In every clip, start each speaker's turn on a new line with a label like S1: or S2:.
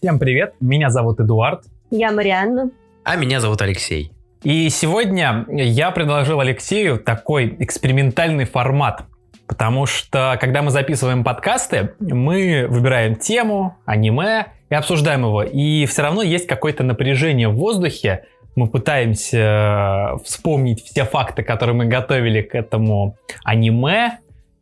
S1: Всем привет, меня зовут Эдуард.
S2: Я Марианна.
S3: А меня зовут Алексей.
S1: И сегодня я предложил Алексею такой экспериментальный формат. Потому что, когда мы записываем подкасты, мы выбираем тему, аниме и обсуждаем его. И все равно есть какое-то напряжение в воздухе. Мы пытаемся э, вспомнить все факты, которые мы готовили к этому аниме.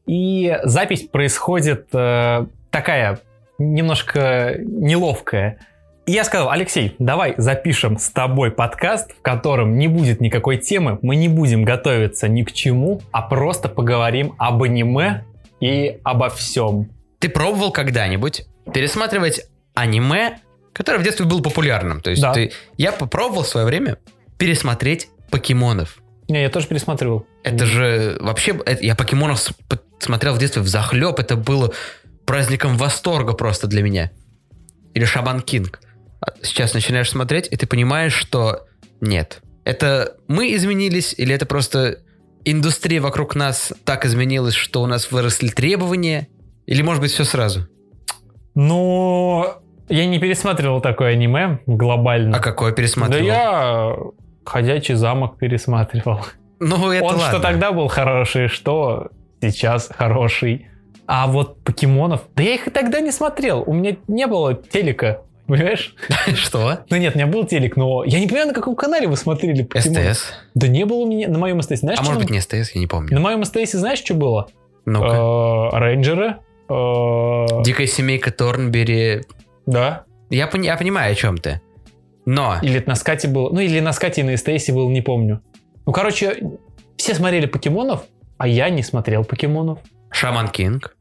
S1: И запись происходит э, такая немножко неловкая. И я сказал, Алексей, давай запишем с тобой подкаст, в котором не будет никакой темы, мы не будем готовиться ни к чему, а просто поговорим об аниме и обо всем.
S3: Ты пробовал когда-нибудь пересматривать аниме, которое в детстве было популярным? То есть
S1: Да.
S3: ты... я попробовал в свое время пересмотреть покемонов.
S1: Не, я тоже пересматривал.
S3: Это же вообще... это- я покемонов с- п- смотрел в детстве в захлеб. Это было праздником восторга просто для меня. Или Шабан Кинг. А Сейчас начинаешь смотреть, и ты понимаешь, что нет. Это мы изменились, или это просто индустрия вокруг нас так изменилась, что у нас выросли требования? Или, может быть, все сразу?
S1: Но я не пересматривал такое аниме глобально.
S3: А какое
S1: да
S3: пересматривал?
S1: Ну, я «Ходячий замок» пересматривал.
S3: Ну, это
S1: Он
S3: ладно.
S1: что тогда был хороший, что сейчас хороший. А вот покемонов, да я их и тогда не смотрел. У меня не было телека, понимаешь?
S3: Что?
S1: Ну нет, у меня был телек, но я не понимаю, на каком канале вы смотрели покемонов.
S3: СТС.
S1: Да не было у меня на моем СТС. Знаешь,
S3: А
S1: что
S3: может
S1: на-
S3: быть, не СТС, я не
S1: на
S3: помню.
S1: моем СТС знаешь, что было?
S3: Ну-ка.
S1: Э, Рейнджеры. э,
S3: Дикая семейка Торнбери.
S1: Да.
S3: Я, пони- я понимаю, о чем ты. Но
S1: Или это на скате было. Ну, или на скате и на СТСе был, не помню. Ну, короче, все смотрели покемонов, а я не смотрел покемонов.
S3: Шаман Кинг.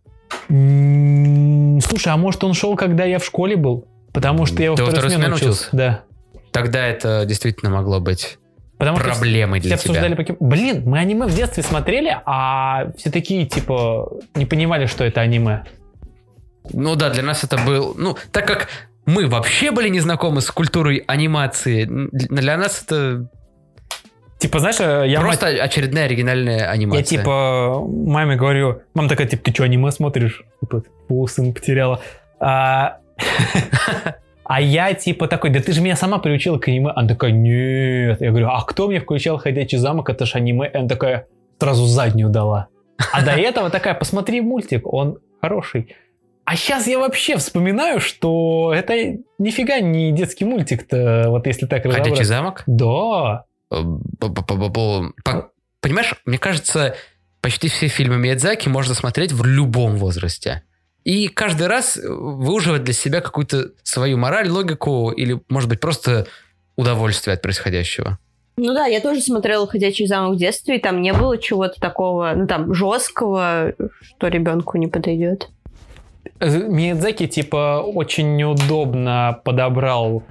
S1: М, Слушай, а может он шел, когда я в школе был? Потому что я во
S3: Ты во
S1: второй смене
S3: второй смене
S1: учился. Да.
S3: Тогда это действительно могло быть
S1: Потому что все-
S3: проблемой
S1: Ну, все
S3: для
S1: обсуждали
S3: тебя.
S1: покем- Блин, мы аниме в детстве смотрели, а все такие, типа, не понимали, что это аниме.
S3: Ну да, для нас это был... Ну, так как мы вообще были не знакомы с культурой анимации, н- для нас это
S1: Типа, знаешь, э, я,
S3: просто очередная оригинальная
S1: мать- я
S3: анимация.
S1: типа маме говорю, мама такая, типа, ты что, аниме смотришь? Типа, «Фу, сын потеряла. А... а я типа такой, да ты же меня сама приучила к аниме. Она такая, нет. Я говорю, а кто мне включал «Ходячий замок»? Это ж аниме. И Она такая, сразу заднюю дала. А до этого такая, посмотри мультик, он хороший. А сейчас я вообще вспоминаю, что это нифига не детский мультик-то, вот если так
S3: Ходячий
S1: разобраться.
S3: замок.
S1: Да.
S3: э, Бу-бу-бу-бу-бу. По- Понимаешь, мне кажется, почти все фильмы Миядзаки можно смотреть в любом возрасте. И каждый раз э, выуживать для себя какую-то свою мораль, логику или, может быть, просто удовольствие от происходящего.
S2: Ну да, я тоже смотрела «Ходячий замок» в детстве, и там не было чего-то такого, ну там, жесткого, что ребенку не подойдет.
S1: Э, Миядзаки, типа, очень неудобно подобрал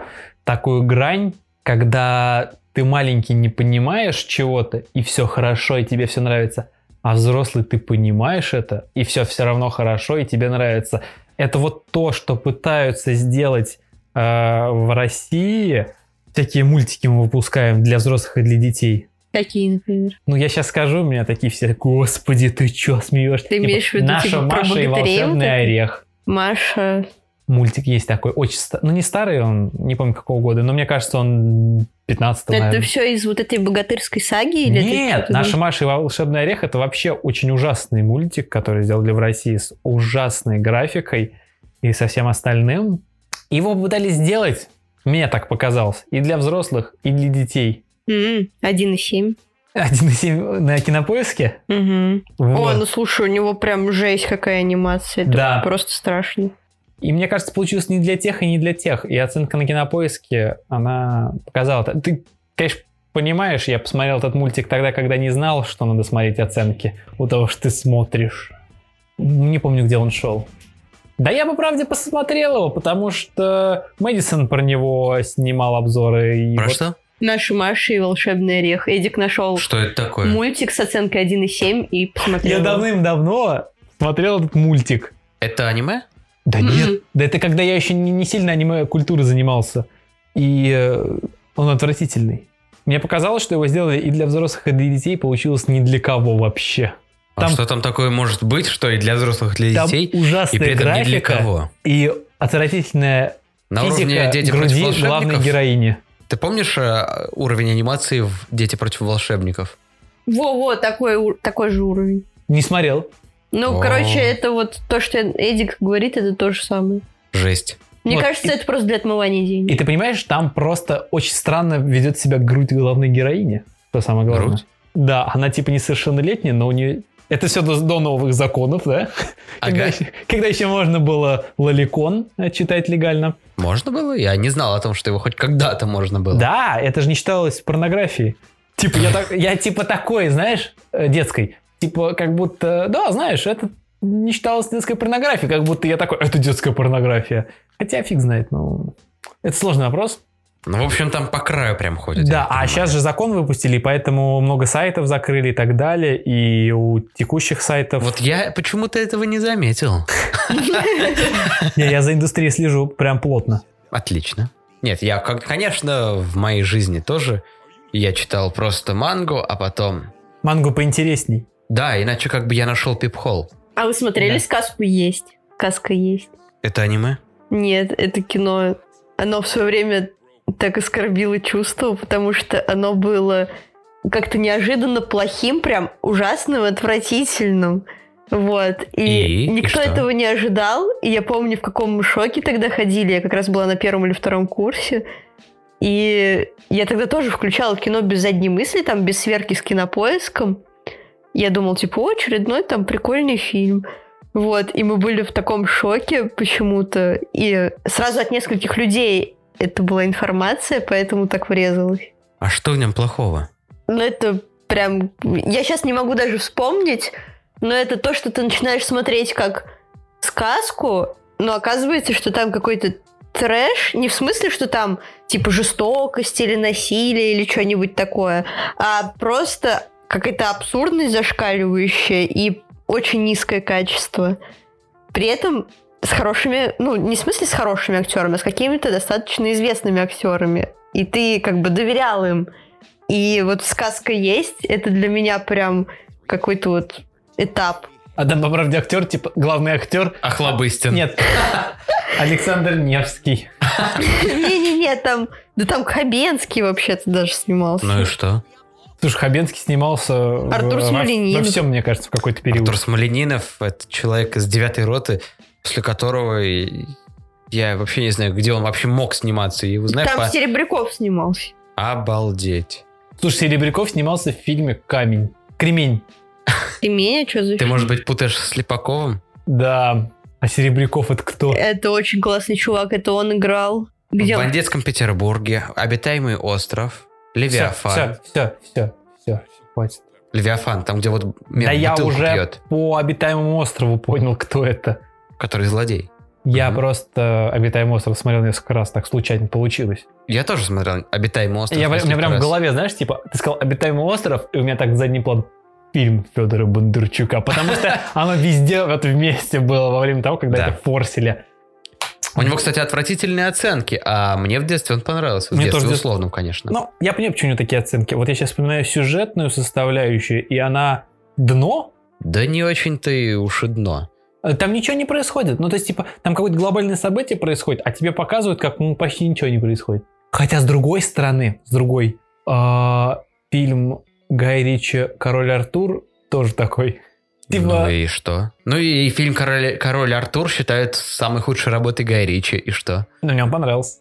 S1: такую грань, когда ты маленький не понимаешь чего-то, и все хорошо, и тебе все нравится, а взрослый ты понимаешь это, и все все равно хорошо, и тебе нравится. Это вот то, что пытаются сделать э, в России. Всякие мультики мы выпускаем для взрослых и для детей.
S2: Какие, например?
S1: Ну, я сейчас скажу, у меня такие все, господи, ты чё смеешься?
S2: Ты имеешь в виду,
S1: Наша
S2: типа, про
S1: Маша и
S2: богатырей вот это?
S1: волшебный орех.
S2: Маша,
S1: Мультик есть такой, очень ста- ну не старый он, не помню какого года, но мне кажется он 15
S2: Ну,
S1: наверное.
S2: это все из вот этой богатырской саги? Или это
S1: Нет,
S2: что-то
S1: «Наша
S2: там?
S1: Маша и волшебный орех» это вообще очень ужасный мультик, который сделали в России с ужасной графикой и со всем остальным. Его пытались сделать, мне так показалось, и для взрослых, и для детей.
S2: М, 1,7.
S1: 1,7 на кинопоиске?
S2: Мгм. О,
S1: Вот.
S2: ну слушай, у него прям жесть какая анимация. Это
S1: Да.
S2: просто страшно.
S1: И мне кажется, получилось не для тех и не для тех. И оценка на кинопоиске, она показала. это. Ты, конечно, понимаешь, я посмотрел этот мультик тогда, когда не знал, что надо смотреть оценки у того, что ты смотришь. Не помню, где он шел. Да я по правде посмотрел его, потому что Мэдисон про него снимал обзоры. И
S3: Про
S1: вот-
S3: что?
S2: Наша Маша и волшебный орех. Эдик нашел
S3: Что это такое?
S2: мультик с оценкой 1,7 и посмотрел.
S1: Я
S2: его.
S1: давным-давно смотрел этот мультик.
S3: Это аниме?
S1: Да
S2: Мгм.
S1: нет. Да это когда я еще не, не сильно аниме культуры занимался. И э, он отвратительный. Мне показалось, что его сделали и для взрослых, и для детей. Получилось ни для кого вообще.
S3: А
S1: Там-
S3: что там такое может быть, что и для взрослых, и для
S1: Там
S3: детей? И
S1: ужасная
S3: при этом ни
S1: графика
S3: для кого.
S1: и отвратительная
S3: На
S1: Физика
S3: уровне «Дети против
S1: груди главной
S3: волшебников».
S1: героини.
S3: Ты помнишь э, уровень анимации в «Дети против волшебников»?
S2: Во-во, такой, ур- такой же уровень.
S1: Не смотрел.
S2: Ну,
S3: О.
S2: короче, это вот то, что Эдик говорит, это то же самое.
S3: Жесть.
S2: Мне
S1: Вот,
S2: кажется,
S1: и-
S2: это просто для отмывания денег.
S1: И ты понимаешь, там просто очень странно ведет себя грудь главной героини. Что самое главное.
S3: Грудь?
S1: Да, она типа несовершеннолетняя, но у нее... Это все до, до новых законов, да? Когда,
S3: Ага.
S1: еще, когда еще можно было лоликон э, читать легально.
S3: Можно было? Я не знал о том, что его хоть когда-то можно было.
S1: Да, это же не считалось порнографией. Типа я, так- я типа такой, знаешь, э, детской. Типа как будто, да, знаешь, это не считалось детской порнографией, как будто я такой, это детская порнография. Хотя фиг знает, ну... Это сложный вопрос.
S3: Ну, в общем, там по краю прям ходит. я
S1: Да,
S3: так
S1: а
S3: понимаю.
S1: сейчас же закон выпустили, и поэтому много сайтов закрыли и так далее, и у текущих сайтов...
S3: Вот я почему-то этого не заметил.
S1: Не, я за индустрией слежу прям плотно.
S3: Отлично. Нет, я, как, конечно, в моей жизни тоже. Я читал просто мангу, а потом...
S1: Манго поинтересней.
S3: Да, иначе как бы я нашел пип-холл.
S2: А вы смотрели
S1: Да.
S2: сказку «Есть»? Сказка «Есть».
S3: Это аниме?
S2: Нет, это кино. Оно в свое время так оскорбило чувство, потому что оно было как-то неожиданно плохим, прям ужасным, отвратительным. Вот. И,
S3: И? И
S2: никто
S3: что?
S2: этого не ожидал. И я помню, в каком мы шоке тогда ходили. Я как раз была на первом или втором курсе. И я тогда тоже включала кино без задней мысли, там, без сверки с кинопоиском. Я думал, типа, «О, очередной там прикольный фильм. Вот, и мы были в таком шоке почему-то. И сразу от нескольких людей это была информация, поэтому так врезалась.
S3: А что в нем плохого?
S2: Но Ну, это прям... Я сейчас не могу даже вспомнить, но это то, что ты начинаешь смотреть как сказку, но оказывается, что там какой-то трэш, не в смысле, что там типа жестокость или насилие или что-нибудь такое, а просто какая-то абсурдность зашкаливающая и очень низкое качество. При этом с хорошими, ну, не в смысле с хорошими актерами, а с какими-то достаточно известными актерами. И ты как бы доверял им. И вот сказка есть, это для меня прям какой-то вот этап.
S1: А там, по правде, актер, типа, главный актер...
S3: Охлобыстин.
S1: Нет. Александр Невский.
S2: Не-не-не, там, да там Хабенский вообще-то даже снимался.
S3: Ну и что?
S1: Слушай, Хабенский снимался в- во-
S2: Артур Смольянинов.
S1: во всем, мне кажется, в какой-то период.
S3: Артур Смоленинов — это человек из девятой роты, после которого и- я вообще не знаю, где он вообще мог сниматься. И его знаешь,
S2: там
S3: по-
S2: Серебряков снимался.
S3: обалдеть.
S1: Слушай, Серебряков снимался в фильме «Камень». «Кремень».
S2: Ты меня что за
S3: Ты,
S2: фильм?
S3: может быть, путаешь с Слепаковым?
S1: Да. А Серебряков это кто?
S2: Это очень классный чувак, это он играл. Где
S3: В
S2: он?
S3: бандитском Петербурге, обитаемый остров, Левиафан.
S1: Все, все, все, все, хватит.
S3: Левиафан, там, где вот мер
S1: да я
S3: бутылку
S1: уже
S3: пьет,
S1: по обитаемому острову понял, кто это.
S3: который злодей.
S1: Я
S3: Мгм.
S1: просто обитаемый остров смотрел несколько раз, так случайно получилось.
S3: Я тоже смотрел «Обитаемый остров».
S1: Я, у меня
S3: несколько
S1: прям в
S3: раз.
S1: голове, знаешь, типа, ты сказал «Обитаемый остров», и у меня так задний план фильм Федора Бондарчука, потому что оно везде вот вместе было во время того, когда
S3: Да.
S1: это форсили.
S3: У него, кстати, отвратительные оценки, а мне в детстве он понравился. В
S1: Мне
S3: детстве,
S1: тоже в детстве.
S3: условно, конечно.
S1: Ну, я понимаю, почему у него такие оценки. Вот я сейчас вспоминаю сюжетную составляющую, и она дно,
S3: Да не очень-то и уж и дно.
S1: Э, там ничего не происходит. Ну, то есть, типа, там какое-то глобальное событие происходит, а тебе показывают, как ну, почти ничего не происходит. Хотя, с другой стороны, с другой, э, фильм Гай Ричи «Король Артур» тоже такой. Типа,
S3: Ну и что? Ну и, и фильм «Король, Король Артур» считают самой худшей работой Гай Ричи, и что?
S1: ну, мне он понравился.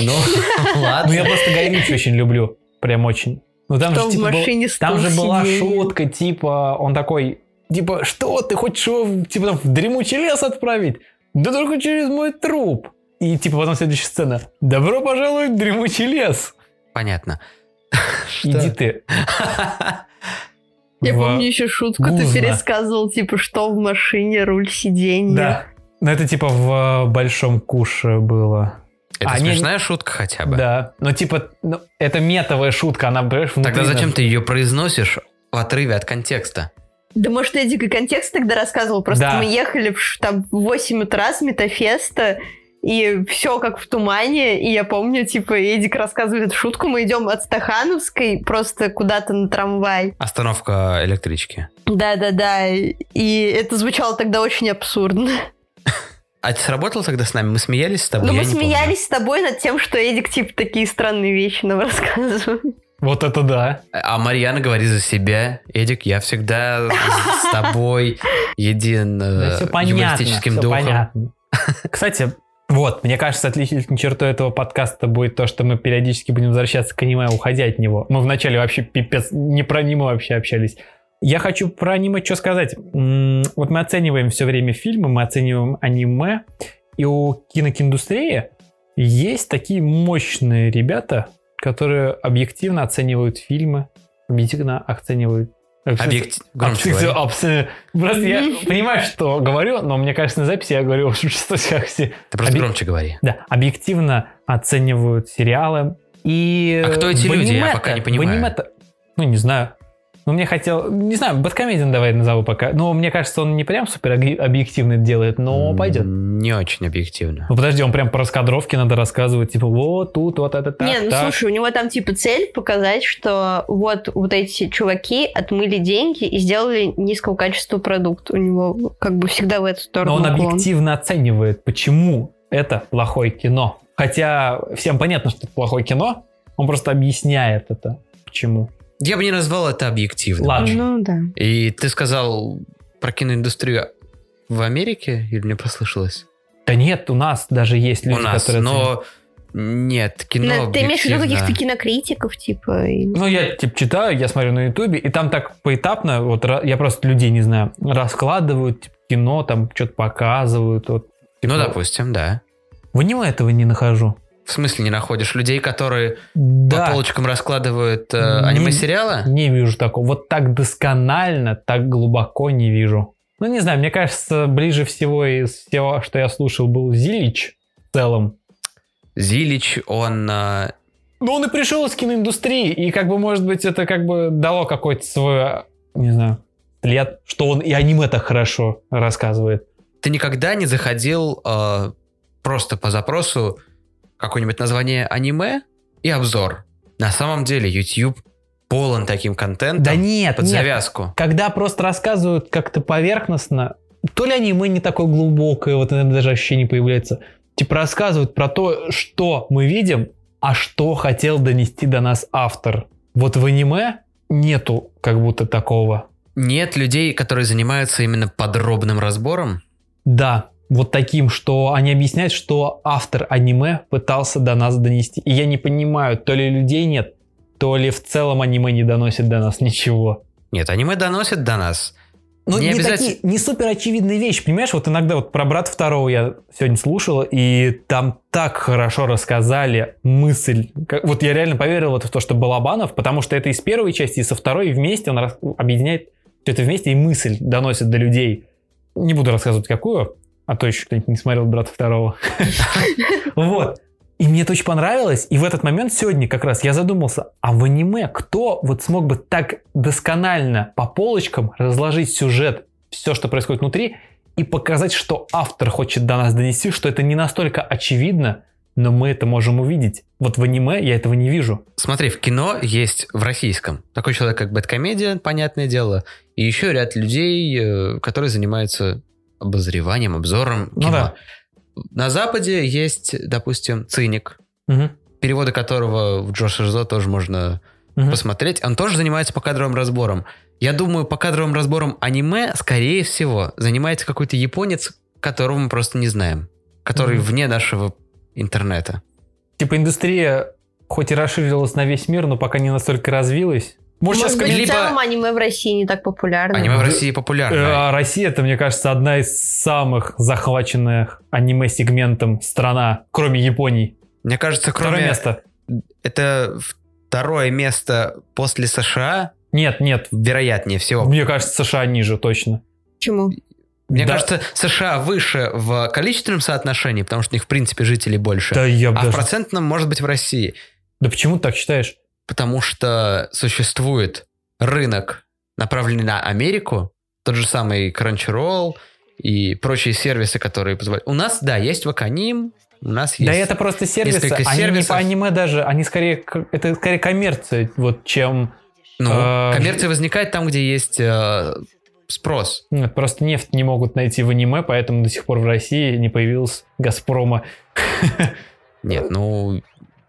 S3: Ну,
S1: Ну,
S3: ладно.
S1: я просто Гай Ричи очень люблю. Прям очень. Ну, там
S2: Кто
S1: же,
S2: в
S1: типа, был-
S2: машине
S1: там
S2: стул
S1: же была
S2: сидел.
S1: шутка, типа, он такой, типа, что, ты хочешь его, в- типа, там, в дремучий лес отправить? Да только через мой труп. И, типа, потом следующая сцена. Добро пожаловать в дремучий лес.
S3: Понятно.
S1: Иди
S3: Что?
S1: ты.
S2: Я
S1: в-
S2: помню еще шутку, ты
S1: Гузно.
S2: пересказывал, типа, что в машине, руль, сиденье.
S1: Да. Но это, типа, в Большом Куше было.
S3: Это
S1: А, не-
S3: смешная шутка хотя бы.
S1: Да. Но, типа, ну, это метовая шутка, она, понимаешь,
S3: Тогда
S1: внутри
S3: зачем
S1: нас-
S3: ты ее произносишь в отрыве от контекста?
S2: Да, может, Эдик и контекст тогда рассказывал. Просто
S1: Да.
S2: мы ехали в, ш- там в 8 утра с метафеста, и все как в тумане. И я помню, типа, Эдик рассказывает эту шутку. Мы идем от Стахановской просто куда-то на трамвай.
S3: Остановка электрички.
S2: Да-да-да. И это звучало тогда очень абсурдно.
S3: А ты сработал тогда с нами? Мы смеялись с тобой?
S2: Ну,
S3: Я
S2: мы
S3: не помню.
S2: смеялись с тобой над тем, что Эдик, типа, такие странные вещи нам рассказывает.
S1: Вот это да.
S3: А Марьяна говорит за себя. Эдик, я всегда с тобой един
S1: Да
S3: э,
S1: все понятно.
S3: юмористическим
S1: всё
S3: духом.
S1: понятно. Кстати, вот, мне кажется, отличительной чертой этого подкаста будет то, что мы периодически будем возвращаться к аниме, уходя от него. Мы вначале вообще пипец, не про аниме вообще общались. Я хочу про аниме что сказать. М, Вот мы оцениваем все время фильмы, мы оцениваем аниме. И у кинокиндустрии есть такие мощные ребята, которые объективно оценивают фильмы, объективно оценивают... Э,
S3: Объект... Громче
S1: Абсолютно-
S3: говори.
S1: абсолютно. Просто я понимаю, что говорю, но мне кажется, на записи я говорю в все.
S3: Ты просто
S1: объ-
S3: громче говори.
S1: Да, объективно оценивают сериалы. И
S3: А кто эти
S1: в
S3: люди? Я
S1: аниме-то-
S3: пока не
S1: в
S3: понимаю.
S1: аниме-то- ну, не знаю. Ну, мне хотел... Не знаю, Бэткомедиан давай назову пока. Ну, мне кажется, он не прям супер объ- объективно это делает, но
S3: М,
S1: пойдет.
S3: Не очень объективно.
S1: Ну, подожди, он прям по раскадровке надо рассказывать, типа, вот тут, вот это так,
S2: Не, ну
S1: так.
S2: слушай, у него там типа цель показать, что вот вот эти чуваки отмыли деньги и сделали низкого качества продукт. У него как бы всегда в эту сторону.
S1: Но он
S2: уклон.
S1: объективно оценивает, почему это плохое кино. Хотя всем понятно, что это плохое кино, он просто объясняет это, почему.
S3: Я бы не назвал это объективно.
S1: Ладно.
S2: Ну да.
S3: И ты сказал про киноиндустрию в Америке? Или мне послышалось?
S1: Да нет, у нас даже есть люди,
S3: У нас,
S1: которые... оценивают.
S3: но... Нет, кино
S2: Ну, ты имеешь в виду
S3: объективно.
S2: каких-то кинокритиков, типа? и-
S1: Ну, я, типа, читаю, я смотрю на Ютубе, и там так поэтапно, вот, ра- я просто людей не знаю, раскладывают, типа, кино, там, что-то показывают, вот.
S3: Ну,
S1: Типа,
S3: допустим, да.
S1: В аниме этого не нахожу.
S3: В смысле не находишь людей, которые по
S1: Да,
S3: полочкам раскладывают э,
S1: Не-
S3: аниме-сериалы?
S1: не вижу такого. Вот так досконально, так глубоко не вижу. Ну, не знаю, мне кажется, ближе всего из всего, что я слушал, был Зилич в целом.
S3: Зилич, он... э,
S1: Но он и пришел из киноиндустрии, и как бы, может быть, это как бы дало какой-то свой, не знаю, след, что он и аниме так хорошо рассказывает.
S3: Ты никогда не заходил э, просто по запросу какое-нибудь название аниме и обзор? На самом деле YouTube полон таким контентом
S1: да нет,
S3: под
S1: нет.
S3: завязку.
S1: Когда просто рассказывают как-то поверхностно, то ли аниме не такое глубокое, вот иногда даже ощущение появляется. Типа рассказывают про то, что мы видим, а что хотел донести до нас автор. Вот в аниме нету как будто такого.
S3: Нет людей, которые занимаются именно подробным разбором.
S1: Да, вот таким, что они объясняют, что автор аниме пытался до нас донести. И я не понимаю, то ли людей нет, то ли в целом аниме не доносит до нас ничего.
S3: Нет, аниме доносит до нас.
S1: Ну,
S3: Не
S1: не,
S3: обязатель-
S1: такие, не супер очевидные вещи, понимаешь? Вот иногда вот про брат второго я сегодня слушал, и там так хорошо рассказали мысль. Как- вот я реально поверил вот в то, что Балабанов, потому что это из первой части, и со второй вместе он рас- объединяет все это вместе, и мысль доносит до людей. Не буду рассказывать, какую, а то еще кто-нибудь не смотрел брата второго. Вот. И мне это очень понравилось. И в этот момент сегодня как раз я задумался, а в аниме кто вот смог бы так досконально по полочкам разложить сюжет, все, что происходит внутри, и показать, что автор хочет до нас донести, что это не настолько очевидно, но мы это можем увидеть. Вот в аниме я этого не вижу.
S3: Смотри, в кино есть в российском такой человек, как Бэткомедиан, понятное дело, и еще ряд людей, э, которые занимаются обозреванием, обзором
S1: Ну
S3: кино.
S1: да.
S3: На Западе есть, допустим, циник,
S1: Мгм.
S3: перевода которого в Джош Ризо тоже можно
S1: Мгм.
S3: посмотреть. Он тоже занимается покадровым разбором. Я думаю, покадровым разбором аниме, скорее всего, занимается какой-то японец, которого мы просто не знаем, который
S1: Мгм.
S3: вне нашего интернета.
S1: Типа индустрия хоть и расширилась на весь мир, но пока не настолько развилась. Может, сейчас
S2: Может быть,
S3: либо-
S2: в целом аниме в России не так популярно.
S3: Аниме в
S1: Да.
S3: России популярно.
S1: Э, Россия, это, мне кажется, одна из самых захваченных аниме-сегментом страна, кроме Японии.
S3: Мне кажется,
S1: Второе
S3: кроме
S1: место.
S3: это второе место после США,
S1: Нет, нет.
S3: вероятнее всего.
S1: Мне кажется, США ниже, точно.
S2: Почему?
S3: Мне
S1: Да-
S3: кажется, США выше в количественном соотношении, потому что у них, в принципе, жителей больше.
S1: Да я бы
S3: а в
S1: даже...
S3: процентном может быть в России.
S1: Да почему ты так считаешь?
S3: Потому что существует рынок, направленный на Америку, тот же самый Crunchyroll и прочие сервисы, которые позволяют. У нас, да, есть Ваканим, у нас есть...
S1: Да это просто сервисы.
S3: несколько
S1: Они
S3: сервисов.
S1: не по аниме даже. Они скорее... к- Это скорее коммерция, вот, чем...
S3: Ну,
S1: э,
S3: коммерция возникает там, где есть э, спрос.
S1: Нет, ну, Просто нефть не могут найти в аниме, поэтому до сих пор в России не появилось Газпрома
S3: Нет, ну,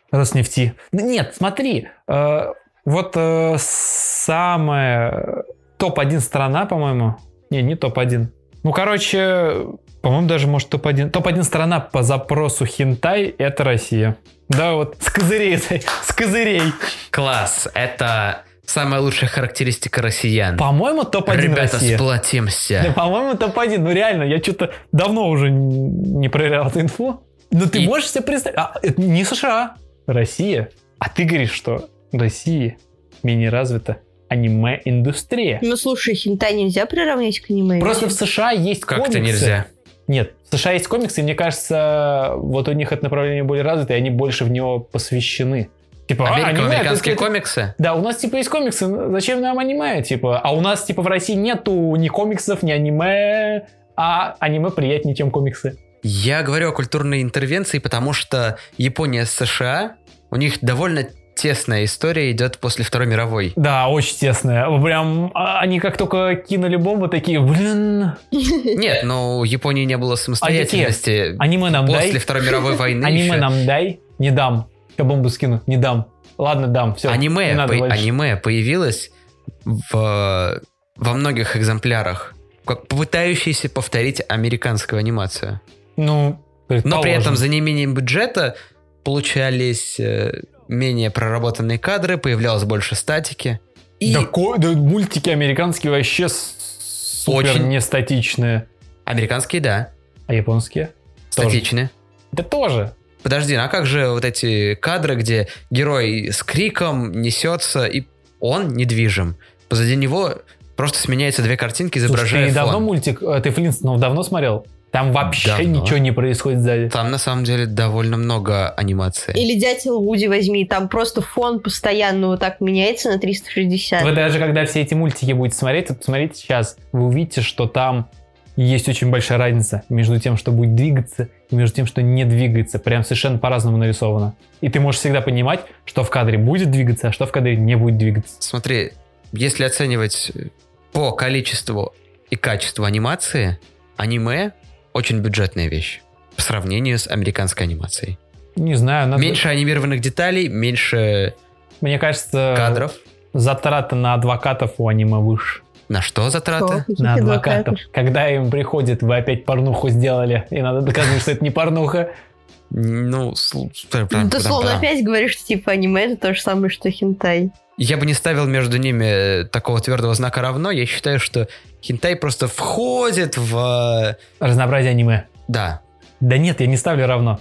S1: Роснефти. Да Нет, смотри, э, вот э, самая топ-1 страна, по-моему. Не, не топ-1. Ну, короче, по-моему, даже может топ-1. Топ-1 страна по запросу хентай — это Россия. Да, вот с козырей, этой, с козырей.
S3: класс, это самая лучшая характеристика россиян.
S1: По-моему, топ-1
S3: Ребята,
S1: Россия.
S3: сплотимся.
S1: Да, по-моему, топ-1. Ну, реально, я что-то давно уже н- не проверял эту инфу. Но ты
S3: И-
S1: можешь себе представить... А, это не США, Россия. А ты говоришь, что в России менее развита аниме-индустрия.
S2: Ну слушай, хентай нельзя приравнять к аниме.
S1: Просто в США есть
S3: Как-то
S1: комиксы.
S3: нельзя.
S1: Нет, в США есть комиксы, и мне кажется, вот у них это направление более развито, и они больше в него посвящены. Типа, а,
S3: Америка,
S1: аниме,
S3: американские
S1: это- это-
S3: комиксы?
S1: да, у нас типа есть комиксы, ну, зачем нам аниме, типа? А у нас типа в России нету ни комиксов, ни аниме, а аниме приятнее, чем комиксы.
S3: Я говорю о культурной интервенции, потому что Япония с США, у них довольно тесная история идет после Второй мировой.
S1: Да, очень тесное. Прям а, они как только кинули бомбу, такие, блин,
S3: Нет, но у Японии не
S1: А
S3: было самостоятельности
S1: аниме нам дай,
S3: после Второй мировой войны.
S1: аниме
S3: еще.
S1: нам дай, не дам. Я бомбу скину, не дам. Ладно, дам, все.
S3: аниме, по-
S1: больше.
S3: аниме появилось в, во многих экземплярах, как пытающиеся повторить американскую анимацию.
S1: Ну,
S3: Но при этом
S1: предположим.
S3: за неимением бюджета получались э, менее проработанные кадры, появлялось больше статики. И
S1: Да, ко- да мультики американские вообще с- супер
S3: Очень.
S1: нестатичные.
S3: американские, да,
S1: А японские? Тоже.
S3: статичные.
S1: Да тоже.
S3: Подожди, ну а как же вот эти кадры, где герой с криком несется, и он недвижим? Позади него просто сменяются две картинки,
S1: Слушай,
S3: изображая
S1: ты давно
S3: фон.
S1: мультик, э, ты Флинстонов давно смотрел? Там вообще
S3: Давно.
S1: ничего не происходит сзади.
S3: Там на самом деле довольно много анимации.
S2: Или дятел Вуди возьми, там просто фон постоянно вот так меняется на 360.
S1: Вы даже когда все эти мультики будете смотреть, вот посмотрите сейчас, вы увидите, что там есть очень большая разница между тем, что будет двигаться, и между тем, что не двигается. Прям совершенно по-разному нарисовано. И ты можешь всегда понимать, что в кадре будет двигаться, а что в кадре не будет двигаться.
S3: Смотри, если оценивать по количеству и качеству анимации, аниме очень бюджетная вещь по сравнению с американской анимацией.
S1: Не знаю, надо...
S3: Меньше анимированных деталей, меньше
S1: Мне кажется,
S3: кадров.
S1: затраты на адвокатов у аниме выше.
S3: На что затраты?
S2: Каких
S1: На
S2: адвокатов?
S1: адвокатов. Когда им приходит, вы опять порнуху сделали, и надо доказывать, что это не порнуха.
S3: Ну, сл-
S2: Ты словно опять говоришь, что типа аниме это то же самое, что хентай.
S3: я бы не ставил между ними э, такого твердого знака равно. Я считаю, что хентай просто входит в... э,
S1: Разнообразие аниме.
S3: Да,
S1: Да нет, я не ставлю равно.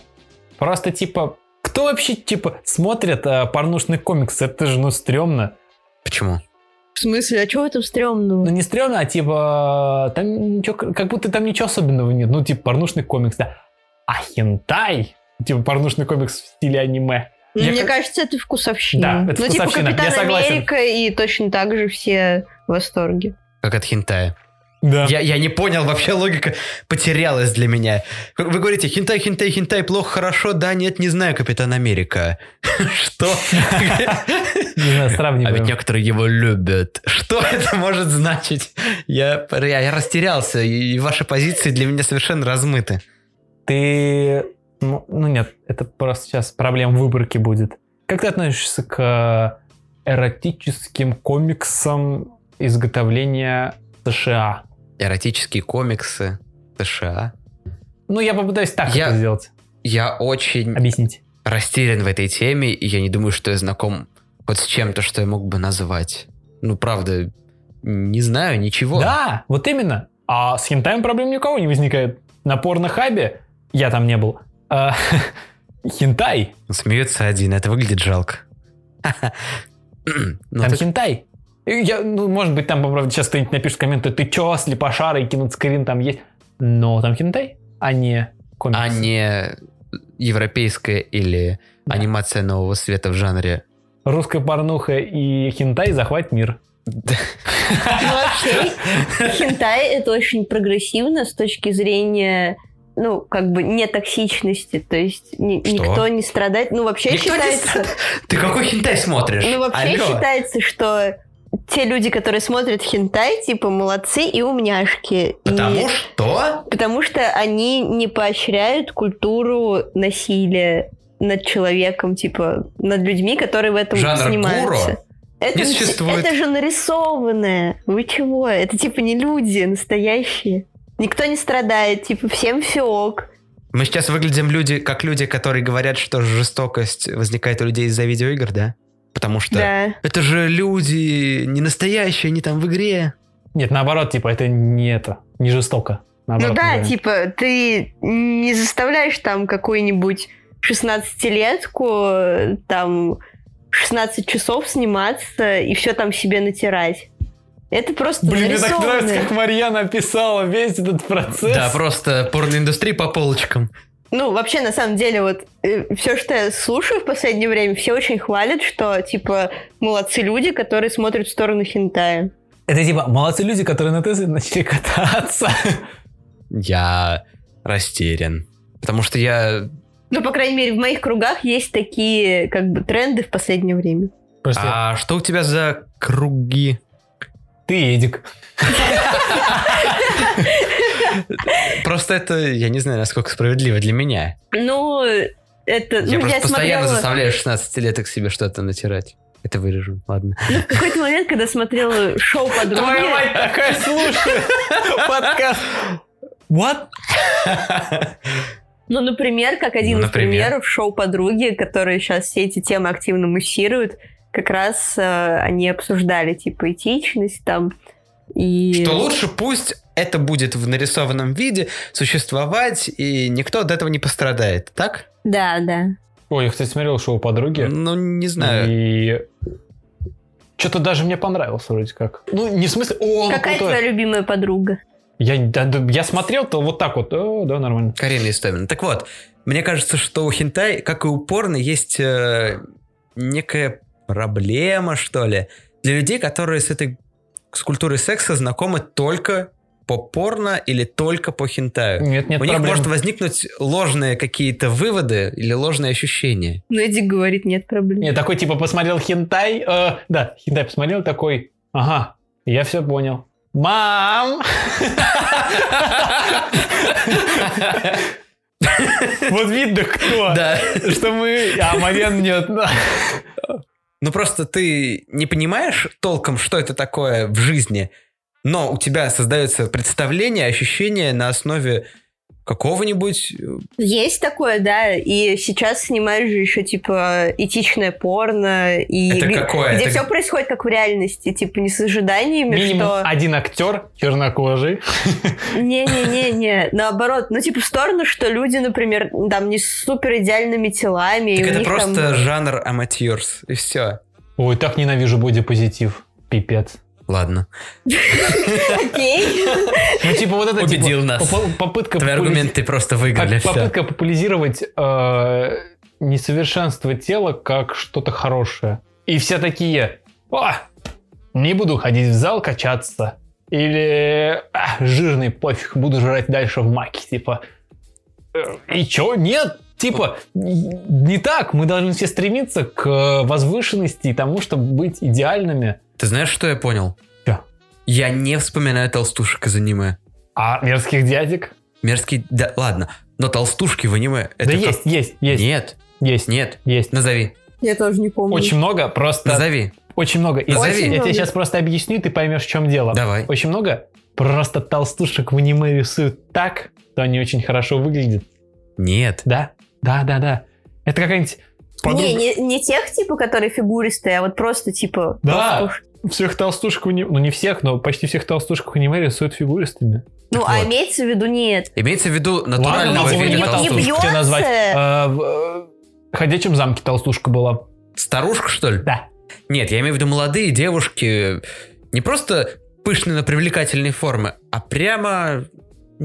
S1: Просто типа, кто вообще типа смотрит э, порнушный комикс? Это же ну стрёмно.
S3: почему?
S2: В смысле, а чего в этом
S1: Ну
S2: стрёмного?
S1: не стрёмно, а типа там ничего, как будто там ничего особенного нет. Ну типа порнушный комикс, да. А хентай, типа порнушный комикс в стиле аниме.
S2: Ну,
S1: я
S2: Мне
S1: как-
S2: кажется, это вкусовщина.
S1: Да, это
S2: ну, типа
S1: вкусовщина, я
S2: Капитан
S1: согласен.
S2: Америка и точно так же все в восторге.
S3: Как от хентая.
S1: Да.
S3: Я, я не понял, вообще логика потерялась для меня. Как Вы говорите, хентай, хентай, хентай, плохо, хорошо, да, нет, не знаю, Капитан Америка. Что?
S1: Не знаю,
S3: А ведь
S1: сравниваем.
S3: некоторые его любят. Что это может значить? Я, я, я растерялся, и ваши позиции для меня совершенно размыты.
S1: Ты... Ну ну, нет, это просто сейчас проблем выборки будет. Как ты относишься к э, эротическим комиксам изготовления США?
S3: Эротические комиксы США.
S1: Ну, я попытаюсь так
S3: Я-
S1: это сделать.
S3: Я очень
S1: Объяснить.
S3: растерян в этой теме, и я не думаю, что я знаком вот с чем-то, что я мог бы назвать. Ну, правда, не знаю ничего.
S1: Да, вот именно. А с хентаем проблем ни у кого не возникает. На порнохабе, я там не был, э, хентай,
S3: Он Смеется один, это выглядит жалко. Ну,
S1: там
S3: так-
S1: хентай. И Я, ну, может быть, там, правда, сейчас кто-нибудь напишет комменты, ты чё, слепошарый, кинут скрин там есть. Но там хентай, а не комикс.
S3: А не европейская или
S1: Да.
S3: анимация нового света в жанре.
S1: Русская порнуха и хентай захватят мир.
S2: Ну, вообще, хентай это очень прогрессивно с точки зрения ну, как бы нетоксичности, то есть ни-
S3: Что?
S2: никто не страдает. Ну, вообще
S3: Никто не
S2: считается,
S3: Ты какой хентай смотришь?
S2: ну, вообще
S3: Алло.
S2: считается, что те люди, которые смотрят хентай, типа, молодцы и умняшки. И
S3: Потому что...
S2: потому что они не поощряют культуру насилия над человеком, типа, над людьми, которые в этом
S3: Жанр
S2: занимаются.
S3: гуро
S2: Это,
S3: не
S2: же-
S3: существует.
S2: это же нарисованное. Вы чего? Это типа не люди настоящие. Никто не страдает, типа всем все ок.
S3: Мы сейчас выглядим люди, как люди, которые говорят, что жестокость возникает у людей из-за видеоигр, да? Потому что
S2: Да.
S3: это же люди не настоящие, они там в игре.
S1: Нет, наоборот, типа, это не это, не жестоко.
S2: Ну
S1: Наоборот,
S2: да,
S1: наверное.
S2: типа ты не заставляешь там какую-нибудь 16-летку э, там 16 часов сниматься и все там себе натирать. Это просто
S1: Блин, мне так
S2: нарисованное.
S1: нравится, как Марья написала весь этот процесс.
S3: Да, просто порноиндустрия по полочкам.
S2: Ну, вообще, на самом деле, вот все, что я слушаю в последнее время, все очень хвалят, что, типа, молодцы люди, которые смотрят в сторону хентая.
S1: Это типа, молодцы люди, которые на Тесле начали кататься.
S3: Я растерян. Потому что я...
S2: Ну, по крайней мере, в моих кругах есть такие, как бы, тренды в последнее время.
S1: Просто
S3: А что у тебя за круги?
S1: ты, Эдик.
S3: Просто это, я не знаю, насколько справедливо для меня.
S2: Ну, это...
S3: Я
S2: ну,
S3: просто постоянно
S2: смотрела-
S3: заставляю 16-леток себе что-то натирать. Это вырежу, ладно.
S2: Ну, в какой-то момент, когда смотрела шоу
S1: Твоя
S2: подруги...
S1: мать такая слушает подкаст. What?
S2: Ну, например, как один
S3: Ну,
S2: из
S3: например.
S2: примеров шоу подруги, которые сейчас все эти темы активно муссируют, как раз э, они обсуждали, типа, этичность там и...
S3: Что лучше пусть это будет в нарисованном виде существовать, и никто от этого не пострадает, так?
S2: Да, да.
S1: Ой, я, кстати, смотрел шоу «Подруги».
S3: Ну, не знаю.
S1: И что-то даже мне понравилось вроде как. Ну, не в смысле... О, он
S2: Какая
S1: крутой.
S2: твоя любимая подруга?
S1: Я, да, да, я смотрел, то вот так вот. О, да, нормально.
S3: Карина Истомина. Так вот, мне кажется, что у хентай, как и у порно, есть э, некая проблема, что ли, для людей, которые с этой с культурой секса знакомы только по порно или только по хентаю.
S1: Нет, нет
S3: у них
S1: проблем.
S3: может возникнуть ложные какие-то выводы или ложные ощущения.
S2: Ну, Эдик говорит, нет проблем.
S1: Нет, такой типа посмотрел хентай. э, да, хентай посмотрел, такой, ага, я все понял. Мам! Вот видно кто.
S3: Да.
S1: Что мы... А, Марьян нет.
S3: Ну просто ты не понимаешь толком, что это такое в жизни, но у тебя создается представление, ощущение на основе какого-нибудь э,
S2: Есть такое, да, и сейчас снимают же еще, типа, этичное порно, и
S3: Это
S2: г-
S3: какое?
S2: где
S3: Это-
S2: все происходит как в реальности, типа, не с ожиданиями,
S1: Минимум
S2: что...
S1: один актер чернокожий.
S2: Не-не-не-не, наоборот, ну, типа, в сторону, что люди, например, там, не с супер идеальными телами, и
S3: Так
S2: у
S3: это
S2: них
S3: просто
S2: там...
S3: жанр аматьерс, и все.
S1: Ой, так ненавижу бодипозитив. Пипец.
S3: Ладно.
S2: Окей.
S1: Ну, типа, вот это типа,
S3: Убедил нас.
S1: попо- попытка
S3: Твои
S1: популяри-
S3: аргументы просто выиграли.
S1: Как
S3: всё.
S1: попытка популяризировать э, несовершенство тела как что-то хорошее. И все такие, «А, не буду ходить в зал качаться. Или «А, жирный пофиг, буду жрать дальше в маке. Типа, «Э, и чё? Нет, типа, н- не так. Мы должны все стремиться к э, возвышенности и тому, чтобы быть идеальными.
S3: Ты знаешь, что я понял?
S1: Чё?
S3: Я не вспоминаю толстушек из аниме.
S1: А мерзких дядек?
S3: Мерзкий... Да, ладно. Но толстушки в аниме... Это
S1: да
S3: как-
S1: есть, есть, есть,
S3: Нет,
S1: есть,
S3: нет.
S1: есть.
S3: Назови,
S2: Я тоже не помню.
S1: Очень много, просто...
S3: назови.
S1: Очень много. И
S3: Назови.
S1: я
S2: Очень
S1: тебе
S2: много.
S1: сейчас просто объясню, и ты поймешь, в чем дело.
S3: Давай.
S1: Очень много просто толстушек в аниме рисуют так, что они очень хорошо выглядят.
S3: Нет.
S1: Да? Да, да, да. Это какая-нибудь подруга.
S2: Не, не, не тех, типа, которые фигуристые, а вот просто, типа,
S1: Да.
S2: толстушки.
S1: Всех толстушек в аниме, ну не всех, но почти всех толстушек в аниме рисуют фигуристыми.
S2: Ну,
S3: Так
S2: а
S3: вот.
S2: имеется в виду не это.
S3: Имеется в виду
S1: Ладно,
S3: натурального
S2: назови
S3: вида
S2: не- не
S1: толстушку
S3: толстушек.
S2: бьет.
S1: хотел назвать.
S2: Бьёнсе.
S1: Э, в э, «Ходячем замке» толстушка была.
S3: Старушка, что ли?
S1: Да.
S3: Нет, я имею в виду молодые девушки. Не просто пышные на привлекательной формы, а прямо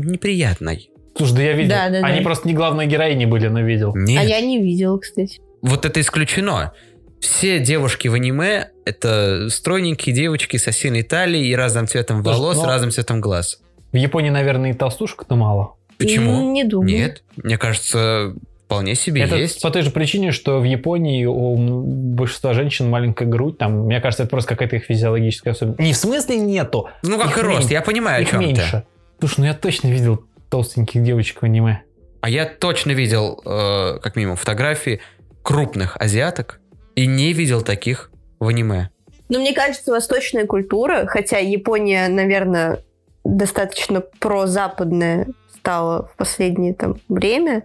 S3: неприятной.
S1: Слушай, да я видел.
S2: Да, да, да.
S1: Они просто не главные героини были, но видел.
S3: Нет.
S2: А я не видела, кстати.
S3: вот это исключено. Все девушки в аниме — это стройненькие девочки со сильной талией и разным цветом
S1: Слушай, ну, а
S3: волос,
S1: но-
S3: разным цветом глаз.
S1: В Японии, наверное, и толстушек-то мало.
S3: Почему?
S2: Не думаю.
S3: Нет. Мне кажется, Вполне себе
S1: Ну. это
S3: есть.
S1: по той же причине, что в Японии у м- большинства женщин маленькая грудь. Там, мне кажется, это просто какая-то их физиологическая особенность. Не в смысле нету,
S3: Ну, как
S1: их
S3: и рост,
S1: меньше.
S3: я понимаю, о
S1: их
S3: чем ты.
S1: меньше. Слушай, ну я точно видел толстеньких девочек в аниме.
S3: А я точно видел, э, как минимум, фотографии крупных азиаток и не видел таких в аниме.
S2: Но Ну, мне кажется, восточная культура, хотя Япония, наверное, достаточно прозападная стала в последнее там время,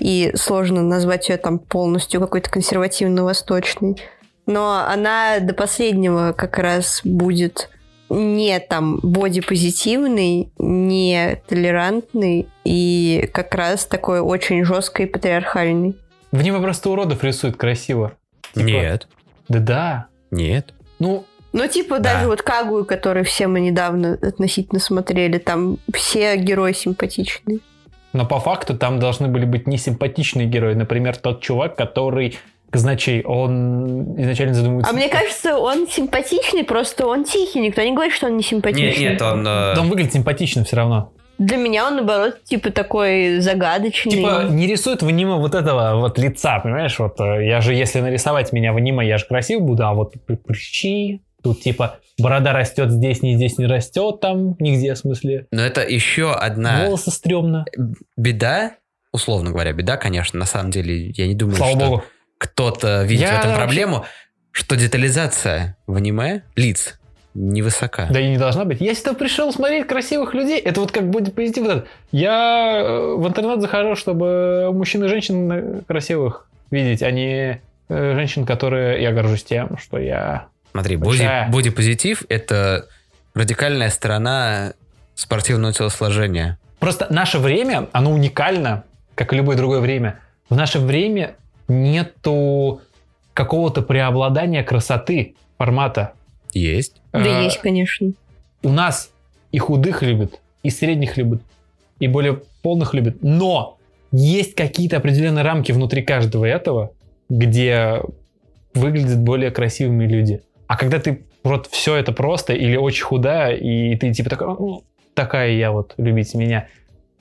S2: и сложно назвать ее там полностью какой-то консервативно-восточной, но она до последнего как раз будет не там бодипозитивный, не толерантный и как раз такой очень жесткой патриархальный.
S1: В аниме просто уродов рисуют красиво. Типа,
S3: Нет,
S1: Да-да.
S3: нет.
S1: Ну,
S2: Ну, типа,
S3: Да.
S2: даже вот Кагую, который все мы недавно относительно смотрели, там все герои симпатичные.
S1: но по факту там должны были быть несимпатичные герои. Например, тот чувак, который казначей, он изначально задумывается...
S2: А мне кажется, он симпатичный, просто он тихий. Никто не говорит, что он не симпатичный.
S3: Нет, нет, он... э,
S1: Да он выглядит симпатично все равно.
S2: Для меня он, наоборот, типа такой загадочный.
S1: Типа не рисует в аниме вот этого вот лица, понимаешь? Вот э, я же, если нарисовать меня в аниме, я же красив буду, а вот пр- прыщи, тут типа борода растет здесь, не здесь не растет, там нигде, в смысле.
S3: Но это еще одна
S1: Волосы стрёмно.
S3: беда, условно говоря, беда, конечно, на самом деле, я не думаю,
S1: Слава
S3: Ну что
S1: богу.
S3: кто-то видит
S1: Я
S3: в этом
S1: вообще-
S3: проблему, что детализация в аниме лиц невысока.
S1: Да и не должна быть. Я сюда пришел смотреть красивых людей. Это вот как будет позитив. вот этот. Я э, в интернет захожу, чтобы мужчин и женщин э, красивых видеть, а не э, женщин, которые... Я горжусь тем, что я...
S3: Смотри,
S1: Большая.
S3: боди- бодипозитив – это радикальная сторона спортивного телосложения.
S1: Просто наше время, оно уникально, как и любое другое время. В наше время нету какого-то преобладания красоты формата.
S3: Есть.
S2: Да
S1: Э,
S2: есть, конечно.
S1: у нас и худых любят, и средних любят, и более полных любят. Но есть какие-то определенные рамки внутри каждого этого, где выглядят более красивыми люди. А когда ты вот все это просто или очень худая, и ты типа такая, «Ну, такая я вот, любите меня.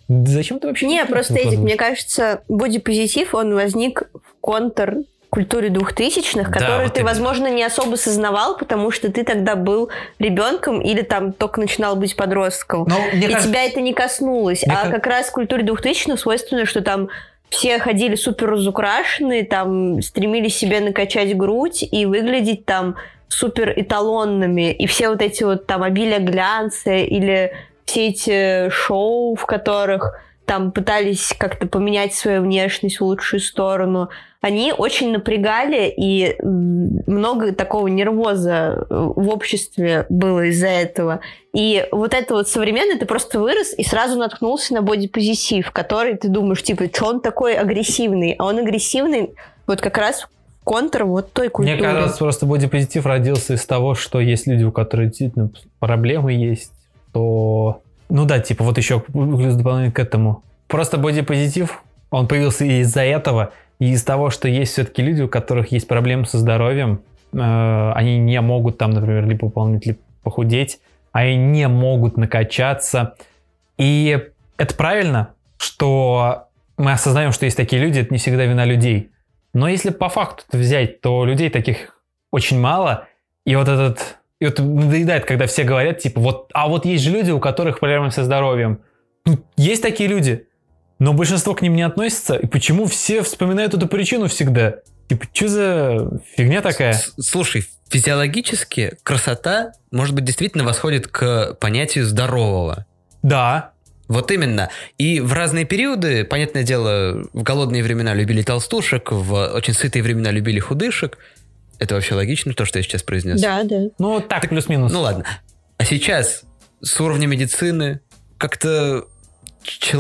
S1: Да Зачем ты вообще?
S2: Не,
S1: конкретно
S2: просто, Эдик,
S1: выкладываешь?
S2: мне кажется, бодипозитив, он возник в контр культуре двухтысячных,
S3: Да,
S2: которую
S3: вот
S2: ты,
S3: именно.
S2: возможно, не особо сознавал, потому что ты тогда был ребенком или там только начинал быть подростком.
S1: Но мне
S2: и
S1: кажется,
S2: тебя это не коснулось.
S1: Мне
S2: а
S1: ка-
S2: как раз в культуре 2000 свойственно, что там все ходили супер разукрашенные, там стремились себе накачать грудь и выглядеть там супер эталонными. И все вот эти вот там обилия глянца или все эти шоу, в которых там пытались как-то поменять свою внешность в лучшую сторону, они очень напрягали, и м, много такого нервоза э, в обществе было из-за этого. И вот это вот современное, ты просто вырос и сразу наткнулся на бодипозитив, который ты думаешь, типа, что он такой агрессивный? А он агрессивный вот как раз в контр вот той культуры.
S1: Мне кажется, просто бодипозитив родился из того, что есть люди, у которых действительно проблемы есть, то... Ну да, типа вот еще плюс дополнение к этому. Просто бодипозитив, он появился и из-за этого, и из того, что есть все-таки люди, у которых есть проблемы со здоровьем, э, они не могут там, например, либо выполнить, либо похудеть, они не могут накачаться. И это правильно, что мы осознаем, что есть такие люди, это не всегда вина людей. Но если по факту взять, то людей таких очень мало. И вот этот... И вот надоедает, когда все говорят, типа, вот... А вот есть же люди, у которых проблемы со здоровьем. Ну, есть такие люди, но большинство к ним не относится. И почему все вспоминают эту причину всегда? Типа, что за фигня такая?
S3: С- Слушай, физиологически красота, может быть, действительно восходит к понятию здорового.
S1: Да.
S3: Вот именно. И в разные периоды, понятное дело, в голодные времена любили толстушек, в очень сытые времена любили худышек. Это вообще логично, то, что я сейчас произнес.
S2: Да, да.
S1: Ну, вот так, плюс-минус.
S3: Ну ладно. А сейчас с уровня медицины как-то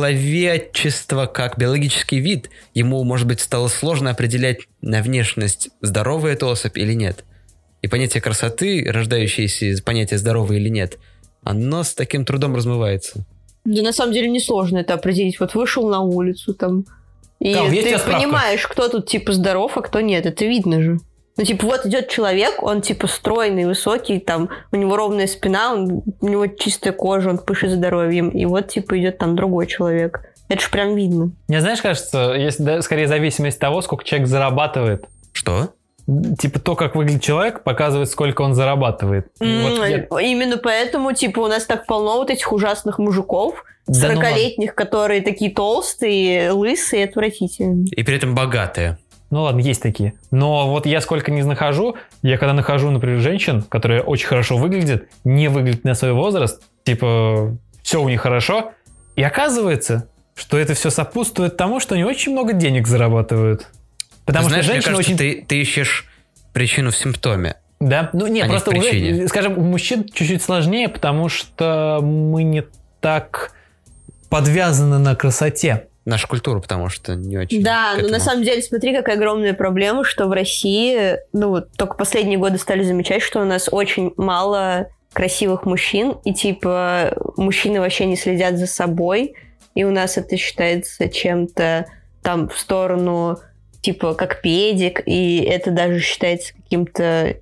S3: человечество как биологический вид, ему, может быть, стало сложно определять на внешность, здоровая эта особь или нет. И понятие красоты, рождающееся из понятия здоровый или нет, оно с таким трудом размывается.
S2: Да на самом деле несложно это определить. Вот вышел на улицу там, и
S1: Да, вот есть у
S2: ты
S1: тебя справка?
S2: понимаешь, кто тут типа здоров, а кто нет. Это видно же. Ну, типа, вот идет человек, он типа стройный, высокий, там, у него ровная спина, он, у него чистая кожа, он пышет здоровьем. И вот, типа, идет там другой человек. Это же прям видно.
S1: Мне, знаешь, кажется, есть да, скорее зависимость от того, сколько человек зарабатывает.
S3: Что?
S1: Типа то, как выглядит человек, показывает, сколько он зарабатывает. И вот я- ну
S2: М, Именно поэтому, типа, у нас так полно вот этих ужасных мужиков,
S1: Да ну
S2: 40-летних, которые такие толстые, лысые, отвратительные.
S3: И при этом богатые.
S1: Ну ладно, есть такие. Но вот я сколько не нахожу, я когда нахожу, например, женщин, которые очень хорошо выглядят, не выглядят на свой возраст, типа все у них хорошо, и оказывается, что это все сопутствует тому, что они очень много денег зарабатывают. Потому
S3: Ты знаешь,
S1: что
S3: мне
S1: женщины
S3: кажется,
S1: очень...
S3: ты, ты ищешь причину в симптоме.
S1: Да, ну не,
S3: а не
S1: просто,
S3: в
S1: у жен-
S3: причине.
S1: скажем, у мужчин чуть-чуть сложнее, потому что мы не так подвязаны на красоте.
S3: Наша культура, потому что не очень.
S2: Да,
S3: к
S2: но на
S3: этому.
S2: самом деле, смотри, какая огромная проблема, что в России, ну вот только последние годы стали замечать, что у нас очень мало красивых мужчин, и типа мужчины вообще не следят за собой, и у нас это считается чем-то там в сторону типа как педик, и это даже считается каким-то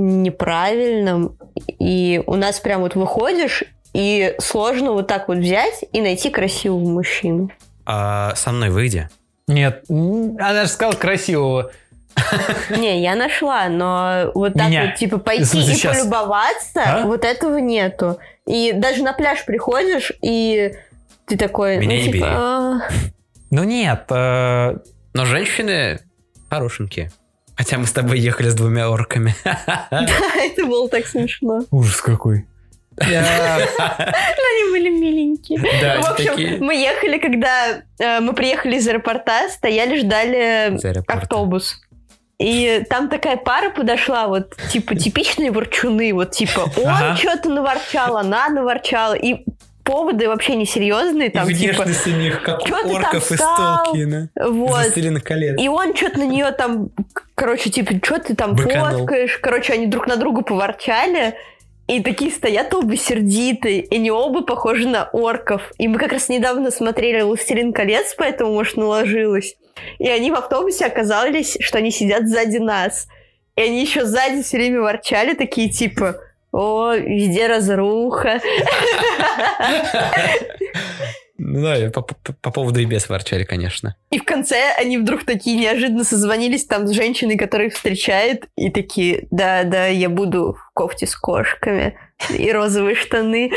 S2: неправильным, и у нас прям вот выходишь, и сложно вот так вот взять и найти красивого мужчину.
S3: А, со мной выйди.
S1: Нет, м, она же сказала красивого.
S2: Не, я нашла, но вот так
S1: Меня.
S2: вот, типа,
S1: В
S2: пойти
S1: смысле,
S2: и
S1: щас?
S2: полюбоваться,
S1: А?
S2: вот этого нету. И даже на пляж приходишь, и ты такой,
S3: Меня не
S2: ну,
S3: бери.
S2: типа, «А,
S1: Ну нет, э,
S3: Но женщины хорошенькие. Хотя мы с тобой ехали с двумя орками.
S2: да, это было так смешно.
S1: ужас какой. Я-
S2: Но они были миленькие.
S3: Да,
S2: В общем, мы ехали, когда э, мы приехали из аэропорта, стояли, ждали
S3: Из аэропорта.
S2: автобус. И там такая пара подошла, вот, типа, типичные ворчуны, вот, типа, он
S1: Ага.
S2: что-то наворчал, она наворчала, и поводы вообще несерьезные, там, типа,
S3: у них, как
S2: «Чё ты там встал?» вот,
S3: колец.
S2: и он что-то на нее там, к- короче, типа, что ты там
S3: Быканул.
S2: фоткаешь, короче, они друг на друга поворчали, и такие стоят оба сердитые, и они оба похожи на орков. И мы как раз недавно смотрели «Властелин колец», поэтому, может, наложилось. И они в автобусе оказались, что они сидят сзади нас. И они еще сзади все время ворчали, такие типа «О, везде разруха».
S3: Ну да, и по, по- по поводу и без ворчали, конечно.
S2: И в конце они вдруг такие неожиданно созвонились там с женщиной, которая их встречает, и такие, да, да, я буду в кофте с кошками и розовые штаны.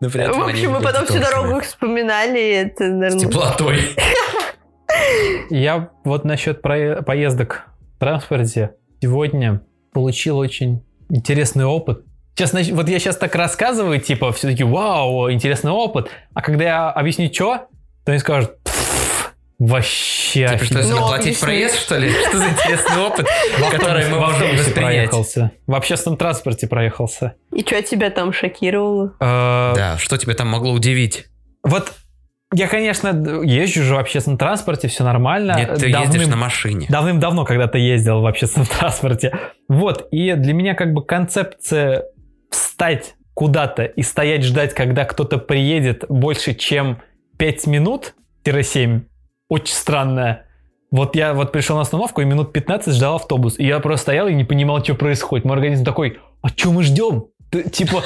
S3: Но при этом
S2: В
S3: они
S2: общем, мы
S3: выглядят
S2: потом всю
S3: толстыми.
S2: дорогу их вспоминали, и это,
S3: С
S2: наверное...
S3: теплотой.
S1: Я вот насчет про- поездок в транспорте сегодня получил очень интересный опыт. Сейчас, нач- вот я сейчас так рассказываю, типа, все-таки, вау, интересный опыт. А когда я объясню, что, то они скажут, «Пф, вообще.
S3: Типа, что,
S1: офигенно».
S3: если
S2: Ну,
S3: платить
S2: объясни.
S3: проезд, что ли? Что за интересный опыт, который мы
S1: В
S3: можем
S1: автобусе
S3: воспринять?
S1: проехался. В общественном транспорте проехался.
S2: И что тебя там шокировало?
S1: Э,
S3: Да, что тебя там могло удивить?
S1: Вот я, конечно, д- езжу же в общественном транспорте, все нормально.
S3: Нет, ты
S1: Давным-
S3: ездишь на машине.
S1: Давным-давно когда-то ездил в общественном транспорте. Вот, и для меня как бы концепция встать куда-то и стоять ждать, когда кто-то приедет больше, чем 5 минут-7, очень странная. Вот я вот пришел на остановку и минут 15 ждал автобус. И я просто стоял и не понимал, что происходит. Мой организм такой, а что мы ждем? Ты, типа,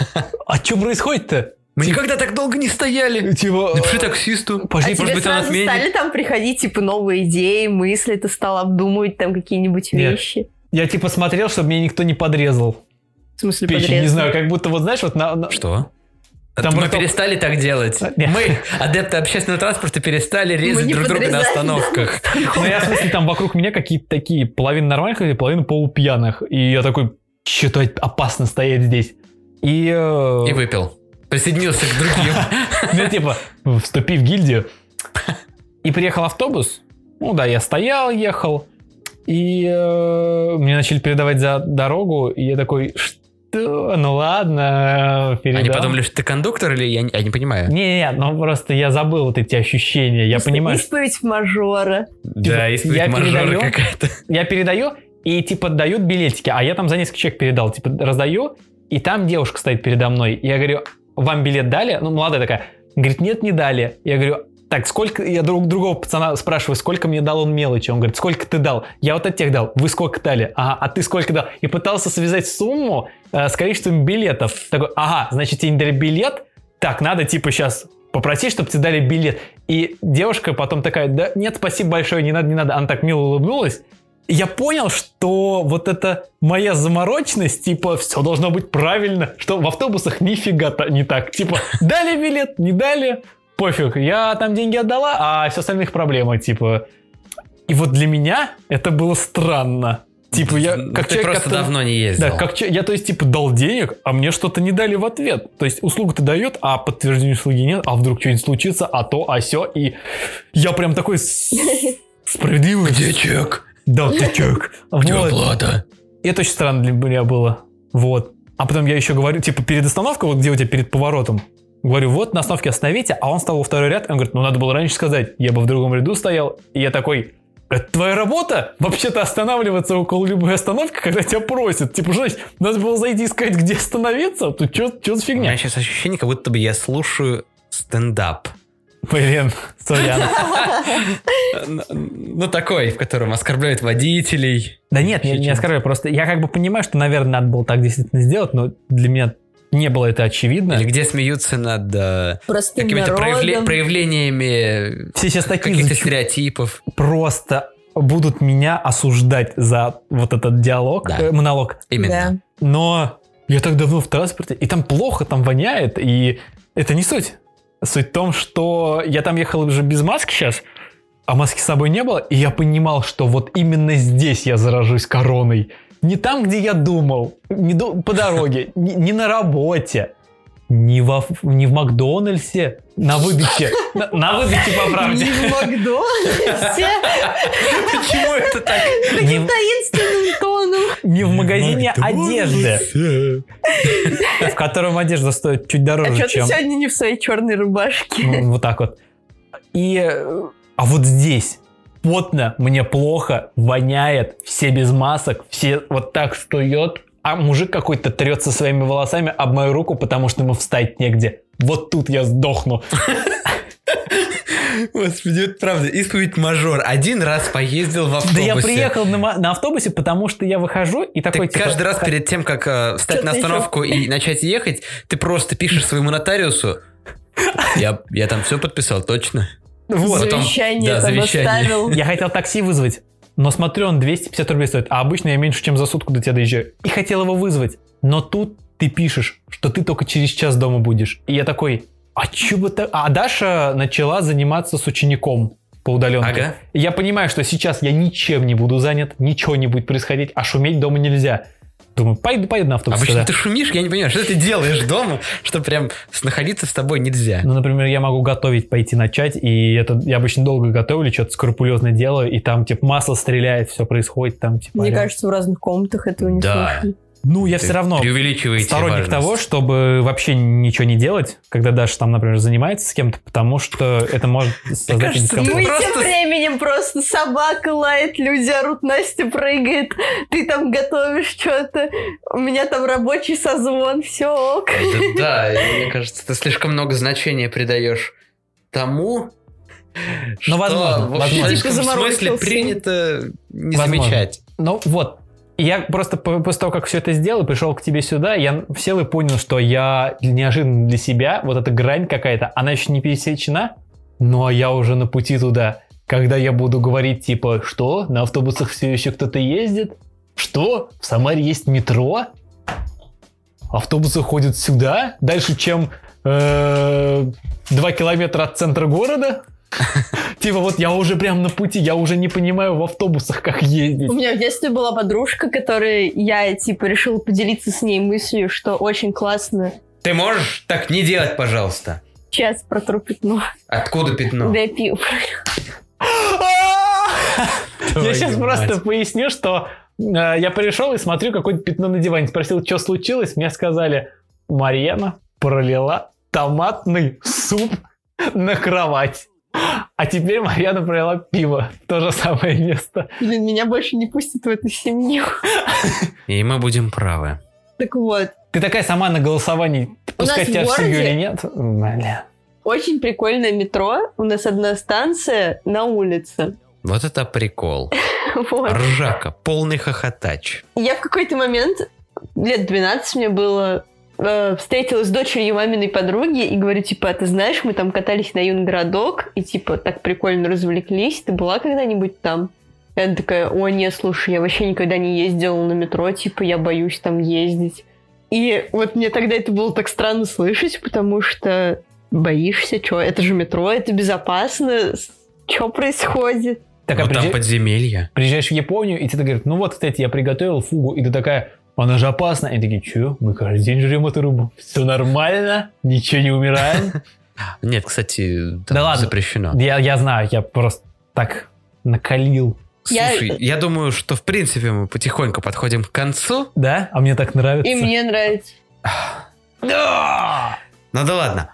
S1: а что происходит-то?
S3: Мы никогда так долго не стояли.
S1: Типа,
S3: Напиши таксисту.
S1: пошли, может
S2: а тебе
S1: быть, он
S2: сразу
S1: отменит.
S2: стали там приходить, типа, новые идеи, мысли, ты стал обдумывать там какие-нибудь
S1: Нет.
S2: вещи?
S1: я типа смотрел, чтобы меня никто не подрезал.
S2: В смысле,
S1: Печень, не
S2: подрез?
S1: знаю, как будто вот знаешь, вот на, на-
S3: Что?
S1: Там
S3: мы
S1: потом-
S3: перестали так делать.
S1: А, нет.
S3: Мы, адепты общественного транспорта, перестали резать
S2: не
S3: друг друга на
S2: подрезали,
S3: остановках.
S1: Ну, я, в смысле, там вокруг меня какие-то такие половина нормальных людей, половина полупьяных. И я такой, что-то опасно стоять здесь. И, э,
S3: И выпил. Присоединился к другим.
S1: ну, типа, вступи в гильдию. И приехал автобус. Ну да, я стоял, ехал. И э, мне начали передавать за дорогу. И я такой, что? Ну ладно, передам.
S3: Они подумали, что ты кондуктор или я не- я не понимаю.
S1: Не-не-не, ну просто я забыл вот эти ощущения. Я понимаю, что
S2: Исповедь мажора.
S3: Да,
S1: я
S3: исповедь мажора
S1: передаю.
S3: какая-то.
S1: я передаю, и типа дают билетики, а я там за несколько человек передал, типа раздаю, и там девушка стоит передо мной. И я говорю, вам билет дали? Ну, молодая такая. Говорит, нет, не дали. Я говорю, так, сколько... Я друг другого пацана спрашиваю, сколько мне дал он мелочи. Он говорит, сколько ты дал? Я вот от тех дал. Вы сколько дали? Ага, а ты сколько дал? И пытался связать сумму э, с количеством билетов. Такой, ага, значит, тебе не дали билет, так, надо типа сейчас попроси, чтобы тебе дали билет. И девушка потом такая, да нет, спасибо большое, не надо, не надо. Она так мило улыбнулась. И я понял, что вот это моя заморочность, типа, все должно быть правильно, что в автобусах нифига та- не так. Типа, дали билет, не дали, пофиг, я там деньги отдала, а все остальных проблема, типа. И вот для меня это было странно. Типа, я
S3: Ну,
S1: как
S3: ты
S1: человек,
S3: просто
S1: который-
S3: давно не ездил.
S1: да, как че- я, то есть, типа, дал денег, а мне что-то не дали в ответ. То есть, услуга-то дает, а подтверждения услуги нет, а вдруг что-нибудь случится, а то, а все, и я прям такой с- справедливый.
S3: чек?
S1: Да, ты чек. Вот.
S3: оплата?
S1: И Это очень странно для меня было. Вот. А потом я еще говорю, типа, перед остановкой, вот где у тебя перед поворотом, говорю, вот на остановке остановите, а он стал во второй ряд, и он говорит, ну надо было раньше сказать, я бы в другом ряду стоял, и я такой, это твоя работа? Вообще-то останавливаться около любой остановки, когда тебя просят. Типа, что значит, надо было зайти искать, где остановиться? Тут что за
S3: У меня
S1: фигня?
S3: сейчас ощущение, как будто бы я слушаю стендап.
S1: Блин, сорян.
S3: Ну, такой, в котором оскорбляют водителей.
S1: Да нет, я не оскорбляю, просто я как бы понимаю, что, наверное, надо было так действительно сделать, но для меня не было это очевидно.
S3: Или где смеются над э,
S2: Простым
S3: какими-то проявле-
S2: народом.
S3: проявлениями
S1: Все сейчас такие
S3: каких-то
S1: зачу-
S3: стереотипов.
S1: просто будут меня осуждать за вот этот диалог,
S3: Да.
S1: э, монолог.
S3: Именно.
S1: Но я так давно в транспорте, и там плохо, там воняет, и это не суть. Суть в том, что я там ехал уже без маски сейчас, а маски с собой не было, и я понимал, что вот именно здесь я заражусь короной. Не там, где я думал, не ду- по дороге, не, не на работе, не, во, ф- не в Макдональдсе, на выдаче, на, на выдаче по правде.
S2: Не в Макдональдсе.
S3: Почему это так?
S1: Не в-
S2: Таинственным тоном.
S1: Не в магазине одежды, в котором одежда стоит чуть
S2: А
S1: дороже,
S2: что ты
S1: чем
S2: сегодня не в своей черной рубашке?
S1: ну, вот так вот. И э, а вот здесь потно, мне плохо, воняет, все без масок, все вот так стоят, а мужик какой-то трется своими волосами об мою руку, потому что ему встать негде. Вот тут я сдохну.
S3: Господи, это правда. Исповедь мажор. Один раз поездил в автобусе.
S1: Да я приехал на, ма- на автобусе, потому что я выхожу и
S3: Ты
S1: такой типа,
S3: каждый раз
S1: «Ха-
S3: перед тем, как э, встать
S2: Что-то
S3: на
S2: ещё.
S3: остановку и начать ехать, ты просто пишешь своему нотариусу. Я, я там все подписал, точно.
S1: вот.
S3: Потом-
S2: Завещание
S3: да,
S2: там
S3: завещание.
S2: оставил.
S1: Я хотел такси вызвать, но смотрю, он 250 рублей стоит, а обычно я меньше, чем за сутку до тебя доезжаю. И хотел его вызвать, но тут ты пишешь, что ты только через час дома будешь. И я такой, а чё бы так? А Даша начала заниматься с учеником по удаленке.
S3: Ага.
S1: И Я понимаю, что сейчас я ничем не буду занят, ничего не будет происходить, а шуметь дома нельзя. Думаю, пойду, пойду на автобус.
S3: Обычно
S1: тогда.
S3: ты шумишь, я не понимаю, что ты делаешь дома, что прям с- находиться с тобой нельзя.
S1: Ну, например, я могу готовить, пойти начать, и это я обычно долго готовлю, что-то скрупулезно делаю, и там, типа, масло стреляет, все происходит, там, типа...
S2: Мне
S1: орёт.
S2: кажется, в разных комнатах этого не
S3: Да.
S2: слышно.
S1: Ну, я
S3: Ты
S1: все равно
S3: преувеличиваете
S1: сторонник
S3: важность.
S1: того, чтобы вообще ничего не делать, когда Даша там, например, занимается с кем-то, потому что это может создать
S3: кажется,
S2: Ну
S1: дискомфорт.
S2: и
S3: Просто-
S2: тем временем просто собака лает, люди орут, Настя прыгает, ты там готовишь что-то, у меня там рабочий созвон, все ок.
S3: Да, да, мне кажется, ты слишком много значения придаешь тому, что
S1: Ну, возможно,
S3: в
S1: возможно.
S3: общечеловеческом
S2: Типа
S3: смысле
S2: заморочился.
S3: принято не
S1: Возможно.
S3: замечать.
S1: Ну вот, И я просто по- после того, как все это сделал, пришел к тебе сюда, я сел и понял, что я неожиданно для себя, вот эта грань какая-то, она еще не пересечена, но я уже на пути туда, когда я буду говорить типа, что, на автобусах все еще кто-то ездит? Что, в Самаре есть метро? Автобусы ходят сюда, дальше, чем э, два километра от центра города? Типа вот я уже прям на пути, я уже не понимаю в автобусах, как ездить.
S2: У меня в детстве была подружка, которой я, типа, решила поделиться с ней мыслью, что очень классно.
S3: Ты можешь так не делать, пожалуйста.
S2: Сейчас протру пятно.
S3: Откуда пятно?
S2: Да я пью.
S1: Я
S3: Твою
S1: сейчас
S3: мать.
S1: просто поясню, что э, я пришел и смотрю какое-то пятно на диване. Спросил, что случилось. Мне сказали, Марьяна пролила томатный суп на кровать. А теперь Марьяна пролила пиво. в То же самое место.
S2: Блин, меня больше не пустят в эту семью.
S3: И мы будем правы.
S2: Так вот,
S1: Ты такая сама на голосовании.
S2: У нас
S1: Пускать тебя в
S2: в
S1: семью
S2: городе-
S1: или нет? Бля.
S2: очень прикольное метро. У нас одна станция на улице.
S3: Вот это прикол.
S2: Вот.
S3: Ржака, полный хохотач.
S2: Я в какой-то момент, лет 12 мне было, э, встретилась с дочерью маминой подруги и говорю, типа, а ты знаешь, мы там катались на юный городок, и, типа, так прикольно развлеклись, ты была когда-нибудь там? И она такая, о, нет, слушай, я вообще никогда не ездила на метро, типа, я боюсь там ездить. И вот мне тогда это было так странно слышать, потому что боишься, чё, это же метро, это безопасно, что происходит?
S1: Так, а
S3: Вот там
S1: приезжа-
S3: подземелья.
S1: приезжаешь в Японию, и тебе говорят, ну вот, кстати, я приготовил фугу, и ты такая, она же опасна. И они такие, че, мы каждый день жрем эту рыбу. Все нормально, ничего не умираем.
S3: Нет, кстати, там
S1: Да ладно.
S3: запрещено.
S1: Я, я знаю, я просто так накалил.
S2: Я-
S3: Слушай, я... думаю, что в принципе мы потихоньку подходим к концу.
S1: Да? А мне так нравится.
S2: И мне нравится.
S1: Да!
S3: Ну да ладно.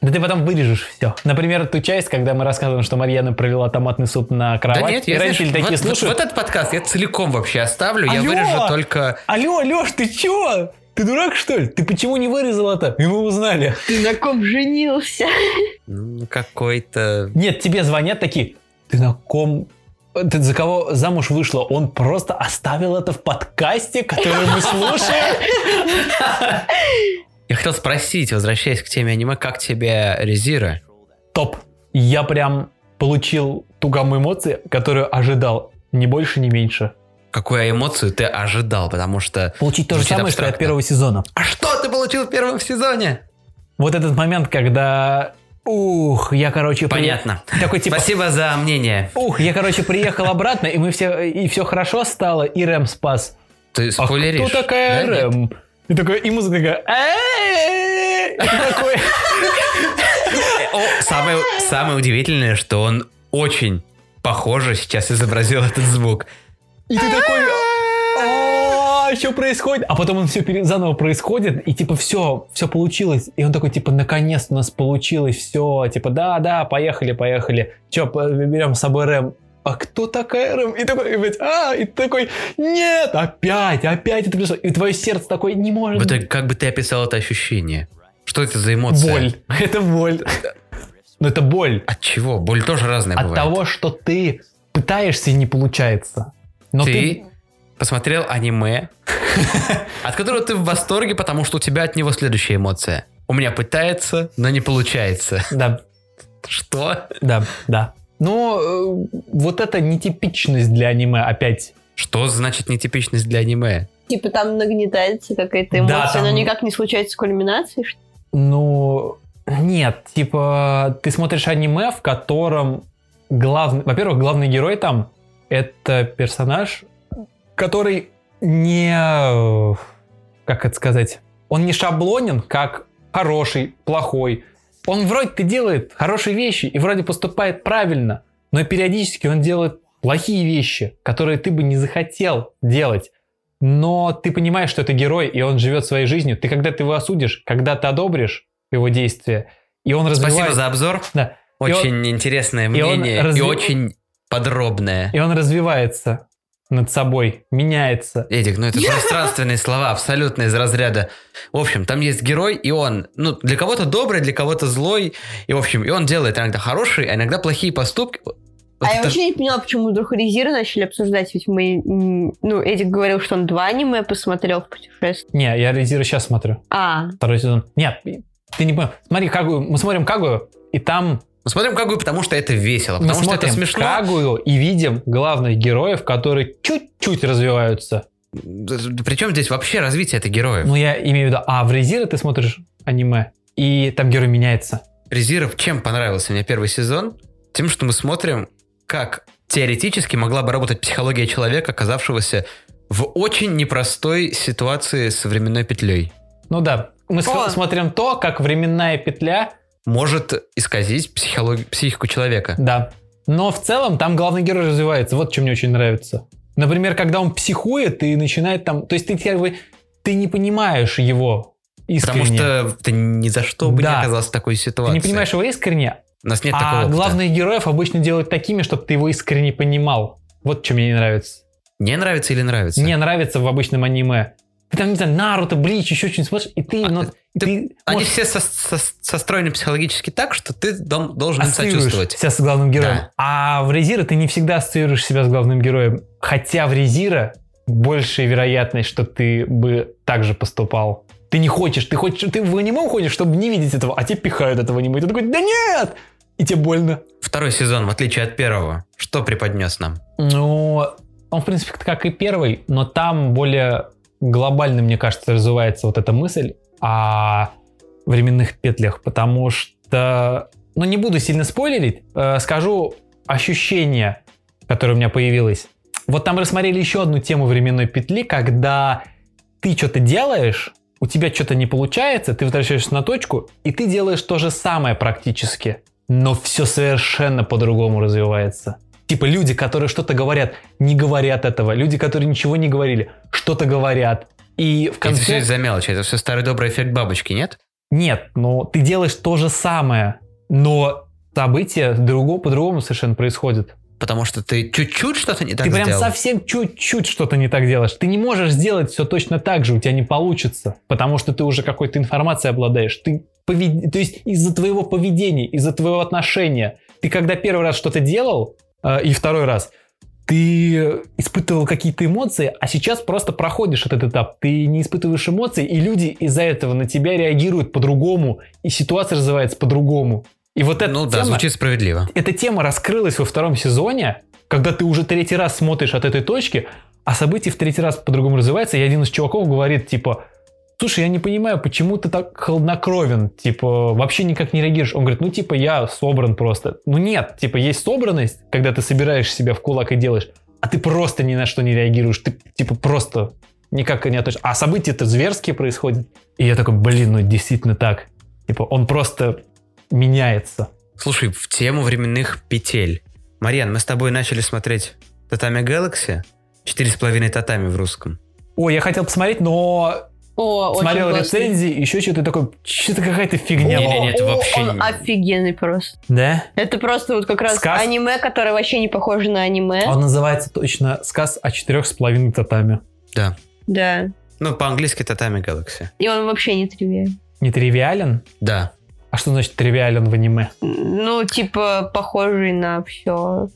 S1: Да ты потом вырежешь все. Например, ту часть, когда мы рассказываем, что Марьяна пролила томатный суп на кровать.
S3: да нет,
S1: и
S3: я знаешь,
S1: родители такие
S3: вот, вот-
S1: слушают.
S3: вот этот подкаст я целиком вообще оставлю. Я
S1: Алло!
S3: вырежу только...
S1: Алло, Леш, ты чего? Ты дурак, что ли? Ты почему не вырезал это? И мы узнали.
S2: Ты на ком женился?
S3: Ну, какой-то...
S1: Нет, тебе звонят такие. Ты на ком... Ты за кого замуж вышла? Он просто оставил это в подкасте, который мы слушаем.
S3: Я хотел спросить, возвращаясь к теме аниме, как тебе Резира?
S1: Топ. Я прям получил ту гамму эмоций, которую ожидал. Ни больше, ни меньше.
S3: Какую эмоцию ты ожидал? Потому что...
S1: Получить то же
S3: Звучит
S1: самое, что и от
S3: абстрактно.
S1: первого сезона.
S3: А что ты получил в первом сезоне?
S1: Вот этот момент, когда... Ух, я, короче... при-
S3: Понятно.
S1: Такой типа...
S3: Спасибо за мнение.
S1: Ух, я, короче, приехал обратно, и мы все... И все хорошо стало, и Рэм спас.
S3: Ты
S1: А
S3: спойлеришь.
S1: кто такая
S3: да, нет?
S1: Рэм? И такой, и музыка такая... «Э-э-э-э». И ты такой...
S3: О, самое, самое удивительное, что он очень похоже сейчас изобразил этот звук.
S1: И ты такой... «А, Что происходит? А потом он все заново происходит, и типа все, все получилось. И он такой, типа, наконец у нас получилось все. Типа, да, да, поехали, поехали. Че, берем с собой Рэм. А кто такая Рэм? И такой, и, блядь, а, и ты такой, нет, опять, опять это пришло. И твое сердце такое, не может
S3: Вот
S1: быть.
S3: так, как бы ты описал это ощущение? Что это за эмоция?
S1: Боль. Это боль. Но это боль
S3: От чего? Боль тоже разная
S1: от
S3: бывает.
S1: того, что ты пытаешься и не получается. Но
S3: ты,
S1: ты...
S3: посмотрел аниме, от которого ты в восторге, потому что у тебя от него следующая эмоция. У меня пытается, но не получается.
S1: Да,
S3: Что?
S1: Да, да. Но э, вот эта нетипичность для аниме опять.
S3: Что значит нетипичность для аниме?
S2: Типа там нагнетается какая-то
S1: Да,
S2: эмоция, но
S1: там-
S2: никак не случается с кульминацией. что ли?
S1: Ну, нет, типа, ты смотришь аниме, в котором главный... Во-первых, главный герой там — это персонаж, который не... э, Как это сказать? Он не шаблонен, как хороший, плохой. Он вроде-то делает хорошие вещи и вроде поступает правильно, но периодически он делает плохие вещи, которые ты бы не захотел делать. Но ты понимаешь, что это герой, и он живет своей жизнью. Ты когда ты его осудишь, когда ты одобришь его действия, и он
S3: Спасибо
S1: развивает...
S3: за обзор.
S1: Да. И он-
S3: Очень интересное
S1: и он
S3: мнение и,
S1: разви-
S3: очень подробное.
S1: И он развивается над собой, меняется.
S3: Эдик, ну это пространственные слова, абсолютно из разряда. В общем, там есть герой, и он, ну, для кого-то добрый, для кого-то злой. И, в общем, и он делает иногда хорошие, а иногда плохие поступки. Вот
S2: а я
S3: это-
S2: вообще не поняла, почему вдруг Резира начали обсуждать, ведь мы... м, Ну, Эдик говорил, что он два аниме посмотрел в путешествии.
S1: Не, я Резира сейчас смотрю.
S2: А,
S1: Второй сезон. Нет, ты не понял. Смотри, Кагую. Мы смотрим Кагую, и там
S3: Мы Ну, смотрим Кагую, потому что это весело,
S1: мы
S3: Ну, потому что это
S1: Ну, смотрим
S3: смешно.
S1: Кагую и видим главных героев, которые чуть-чуть развиваются.
S3: Причем здесь вообще развитие это героев.
S1: Ну, я имею в виду, а в Резира ты смотришь аниме, и там герой меняется.
S3: Резиров чем понравился мне первый сезон? Тем, что мы смотрим, как теоретически могла бы работать психология человека, оказавшегося в очень непростой ситуации с временной петлей.
S1: Ну да, мы с-
S2: О.
S1: смотрим то, как временная петля,
S3: Может исказить психолог- психику человека.
S1: да. Но в целом там главный герой развивается. Вот что мне очень нравится. Например, когда он психует и начинает там... То есть ты, как бы, ты не понимаешь его искренне.
S3: Потому что ты ни за что бы
S1: Да.
S3: не оказался в такой
S1: Ты
S3: ситуации.
S1: не понимаешь его искренне,
S3: У нас нет такого
S1: а
S3: опыта.
S1: главных героев обычно делают такими, чтобы ты его искренне понимал. Вот что мне не нравится.
S3: Не нравится или нравится?
S1: Мне нравится в обычном аниме. Ты там, не знаю, Наруто, Блич, еще что-нибудь смотришь, и ты,
S3: А,
S1: ну,
S3: ты-
S1: и ты
S3: Они
S1: можешь,
S3: все со- со- состроены психологически так, что ты дом- должен им
S1: ассоциируешь
S3: сочувствовать.
S1: себя с главным героем.
S3: Да.
S1: А в Резира ты не всегда ассоциируешь себя с главным героем. Хотя в Резира большая вероятность, что ты бы так же поступал. ты не хочешь, ты хочешь, ты в аниме уходишь, чтобы не видеть этого, а тебе пихают этого аниме, и ты такой, да нет! И тебе больно.
S3: Второй сезон, в отличие от первого, что преподнес нам?
S1: Ну, он, в принципе, как и первый, но там более глобально, мне кажется, развивается вот эта мысль о временных петлях, потому что, ну, не буду сильно спойлерить, э, скажу ощущение, которое у меня появилось. Вот там рассмотрели еще одну тему временной петли, когда ты что-то делаешь, у тебя что-то не получается, ты возвращаешься на точку, и ты делаешь то же самое практически, но все совершенно по-другому развивается. Типа люди, которые что-то говорят, не говорят этого. Люди, которые ничего не говорили, что-то говорят. И в
S3: Это все
S1: конце...
S3: из-за мелочи, это все старый добрый эффект бабочки, нет?
S1: Нет, ну ты делаешь то же самое, но события друго- по-другому совершенно происходят.
S3: Потому что ты чуть-чуть что-то не так
S1: Ты прям
S3: сделал.
S1: совсем чуть-чуть что-то не так делаешь. Ты не можешь сделать все точно так же, у тебя не получится, потому что ты уже какой-то информацией обладаешь. Ты повед- То есть из-за твоего поведения, из-за твоего отношения. Ты когда первый раз что-то делал, э, и второй раз, ты испытывал какие-то эмоции, а сейчас просто проходишь этот этап. Ты не испытываешь эмоций, и люди из-за этого на тебя реагируют по-другому, и ситуация развивается по-другому. И вот это
S3: Ну да, звучит справедливо.
S1: эта тема раскрылась во втором сезоне, когда ты уже третий раз смотришь от этой точки, а события в третий раз по-другому развиваются, и один из чуваков говорит, типа, слушай, я не понимаю, почему ты так холоднокровен, типа, вообще никак не реагируешь. Он говорит, ну, типа, я собран просто. Ну, нет, типа, есть собранность, когда ты собираешь себя в кулак и делаешь, а ты просто ни на что не реагируешь, ты, типа, просто никак не относишься. А события-то зверские происходят. И я такой, блин, ну, действительно так. Типа, он просто меняется.
S3: Слушай, в тему временных петель. Марьян, мы с тобой начали смотреть Татами Galaxy. Четыре с половиной татами в русском.
S1: Ой, я хотел посмотреть, но
S2: О, очень
S1: смотрел
S2: классный.
S1: рецензии, еще что-то и такой, что-то какая-то фигня.
S3: Не-не-не,
S1: была».
S3: это вообще
S2: он
S3: не-
S2: офигенный просто.
S1: Да?
S2: Это просто вот как раз
S1: Сказ?
S2: аниме, которое вообще не похоже на
S3: Э?
S2: аниме.
S1: Он называется точно «Сказ о четырех с половиной татами».
S2: Да.
S3: Ну, по-английски Татами Galaxy.
S2: И он вообще не тривиальный.
S1: Не тривиален?
S3: Да.
S1: А что значит тривиален в аниме?
S2: Ну, типа, похожий на все.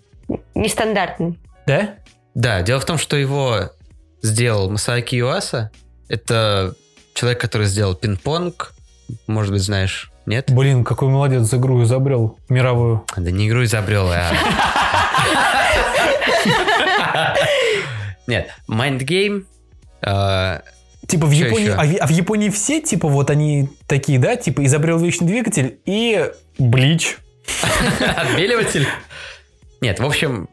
S2: Нестандартный.
S1: Да?
S3: Да, дело в том, что его сделал Масаки Юаса. Это человек, который сделал пинг-понг. Может быть, знаешь, нет?
S1: Блин, какой молодец, игру изобрел мировую.
S3: Да не игру изобрел, а... Нет, Mind Game. э,
S1: Типа в
S3: Чё
S1: Японии,
S3: ещё?
S1: а, в- а в Японии все, типа, вот они такие, да, типа, изобрел вечный двигатель и Блич.
S3: Отбеливатель? Нет, в общем,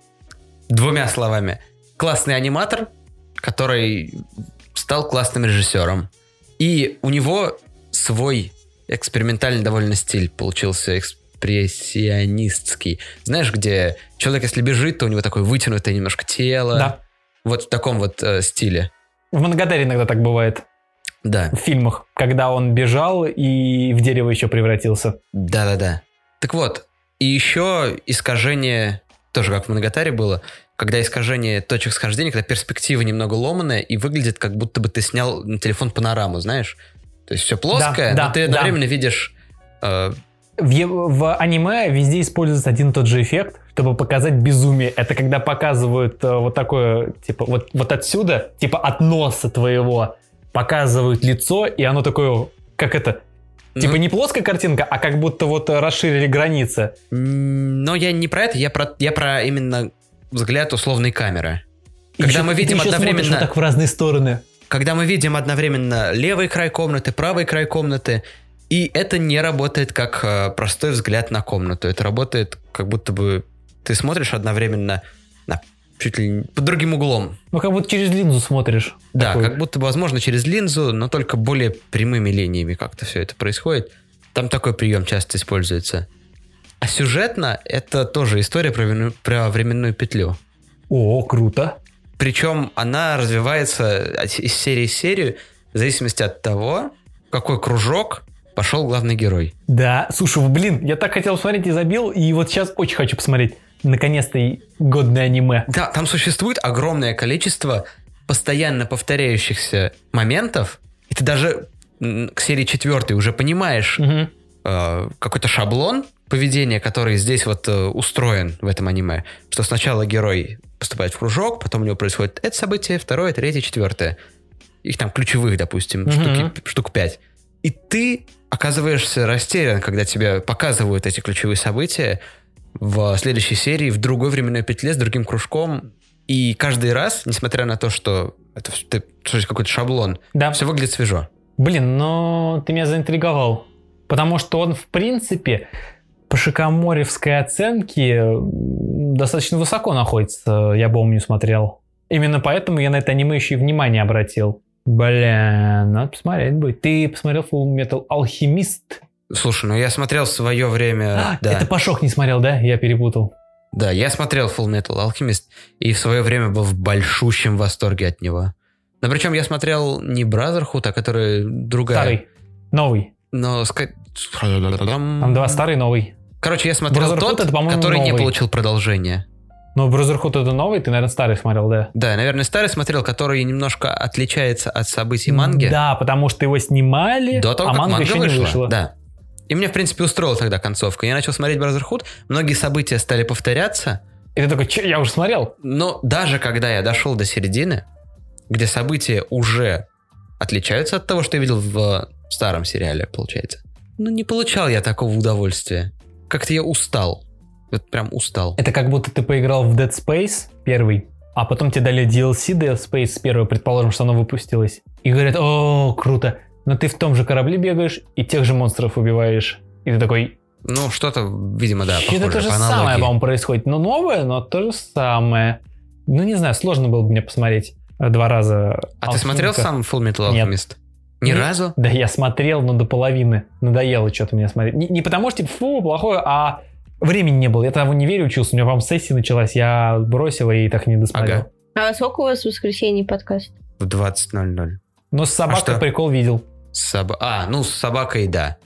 S3: двумя словами. Классный аниматор, который стал классным режиссером. И у него свой экспериментальный довольно стиль получился экспрессионистский. Знаешь, где человек, если бежит, то у него такое вытянутое немножко тело.
S1: Да.
S3: Вот в таком вот э, стиле.
S1: В Мангатаре иногда так бывает,
S3: Да.
S1: в фильмах, когда он бежал и в дерево еще превратился.
S3: Да-да-да. Так вот, и еще искажение, тоже как в Многотаре было, когда искажение точек схождения, когда перспектива немного ломаная и выглядит, как будто бы ты снял на телефон панораму, знаешь? То есть все плоское,
S1: да,
S3: но ты
S1: да.
S3: одновременно видишь... э,
S1: В, е- в аниме везде используется один и тот же эффект, чтобы показать безумие. Это когда показывают э, вот такое, типа, вот, вот отсюда, типа от носа твоего, показывают лицо, и оно такое, как это, типа
S3: ну,
S1: не плоская картинка, а как будто вот э, расширили границы.
S3: м, Но я не про это, я про, я про именно взгляд условной камеры.
S1: И
S3: Когда
S1: ещё
S3: мы
S1: ты
S3: видим
S1: ещё смотришь
S3: одновременно-
S1: вот так в разные стороны.
S3: Когда мы видим одновременно левый край комнаты, правый край комнаты, и это не работает как э, простой взгляд на комнату. Это работает как будто бы ты смотришь одновременно на- чуть ли не под другим углом.
S1: Ну, как будто через линзу смотришь.
S3: Да,
S1: Такой.
S3: как будто бы, возможно, через линзу, но только более прямыми линиями как-то все это происходит. Там такой прием часто используется. А сюжетно это тоже история про, времен- про временную петлю.
S1: О, круто.
S3: Причем она развивается от- из серии в серию в зависимости от того, в какой кружок пошел главный герой.
S1: Да, слушай, вот, блин, я так хотел посмотреть и забил, и вот сейчас очень хочу посмотреть. Наконец-то и годное аниме.
S3: Да, там существует огромное количество постоянно повторяющихся моментов, и ты даже м, к серии четвертой уже понимаешь
S1: Мгм.
S3: э, какой-то шаблон поведения, который здесь вот э, устроен в этом аниме, что сначала герой поступает в кружок, потом у него происходит это событие, второе, третье, четвертое. их там ключевых, допустим,
S1: Мгм.
S3: штуки, штук 5. И ты оказываешься растерян, когда тебе показывают эти ключевые события в следующей серии, в другой временной петле, с другим кружком. И каждый раз, несмотря на то, что это всё- ты- что есть какой-то шаблон,
S1: Да.
S3: все выглядит свежо.
S1: Блин, но ты меня заинтриговал. Потому что он, в принципе, по шикоморевской оценке э, достаточно высоко находится. Я помню, смотрел. Именно поэтому я на это аниме еще и внимание обратил. Блин, надо посмотреть будет. Ты посмотрел Full Metal Alchemist?
S3: Слушай, ну я смотрел в свое время...
S1: А,
S3: да.
S1: Это Пашок не смотрел, да? Я перепутал.
S3: Да, я смотрел Full Metal Alchemist и в свое время был в большущем восторге от него. Но причем я смотрел не Brotherhood, а который другая.
S1: Старый. Новый.
S3: Но ска-
S1: Там два старый, новый.
S3: Короче, я смотрел
S1: Brotherhood
S3: тот,
S1: это, по-моему,
S3: который не
S1: новый.
S3: получил продолжения.
S1: Но Brotherhood это новый, ты, наверное, старый смотрел, да?
S3: Да, я, наверное, старый смотрел, который немножко отличается от событий манги.
S1: Да, потому что его снимали,
S3: До того,
S1: а
S3: как
S1: манга, еще не вышла.
S3: Да. И мне, в принципе, устроила тогда концовка. Я начал смотреть Brotherhood, многие события стали повторяться,
S1: И ты такой, «Чё, я уже смотрел?
S3: Но даже когда я дошел до середины, где события уже отличаются от того, что я видел в э, старом сериале, получается, ну не получал я такого удовольствия. Как-то я устал. Вот прям устал.
S1: Это как будто ты поиграл в Dead Space первый, а потом тебе дали DLC Dead Space первый, предположим, что оно выпустилось. И говорят, о, круто, но ты в том же корабле бегаешь и тех же монстров убиваешь. И ты такой,
S3: Ну, что-то, видимо, да,
S1: что-то
S3: похоже,
S1: то же
S3: по
S1: самое,
S3: аналогии.
S1: по-моему, происходит. Но новое, но то же самое. Ну, не знаю, сложно было бы мне посмотреть э, два раза.
S3: А ты смотрел
S1: «Алхимика».
S3: сам Full Metal
S1: Нет.
S3: Alchemist? Ни
S1: Нет.
S3: разу?
S1: Да, я смотрел, но до половины. Надоело что-то мне смотреть. Не, не потому что, типа, фу, плохое, а времени не было. Я того не верю учился. У меня, по-моему, сессия началась. Я бросил и так и не досмотрел.
S3: Ага.
S2: А сколько у вас в воскресенье подкаст?
S3: В 20.00.
S1: Но с собакой
S3: что?
S1: прикол видел.
S3: Соба- А, ну, с собакой, да.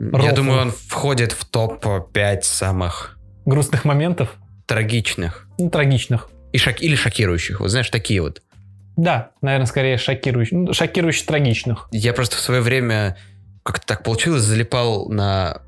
S3: Я
S1: Рофл.
S3: думаю, он входит в топ-5 самых
S1: Грустных моментов,
S3: трагичных
S1: ну, трагичных.
S3: и шок... или шокирующих. Вот знаешь, такие вот.
S1: Да, наверное, скорее шокирующих, ну, шокирующих трагичных.
S3: Я просто в свое время, как-то так получилось, залипал на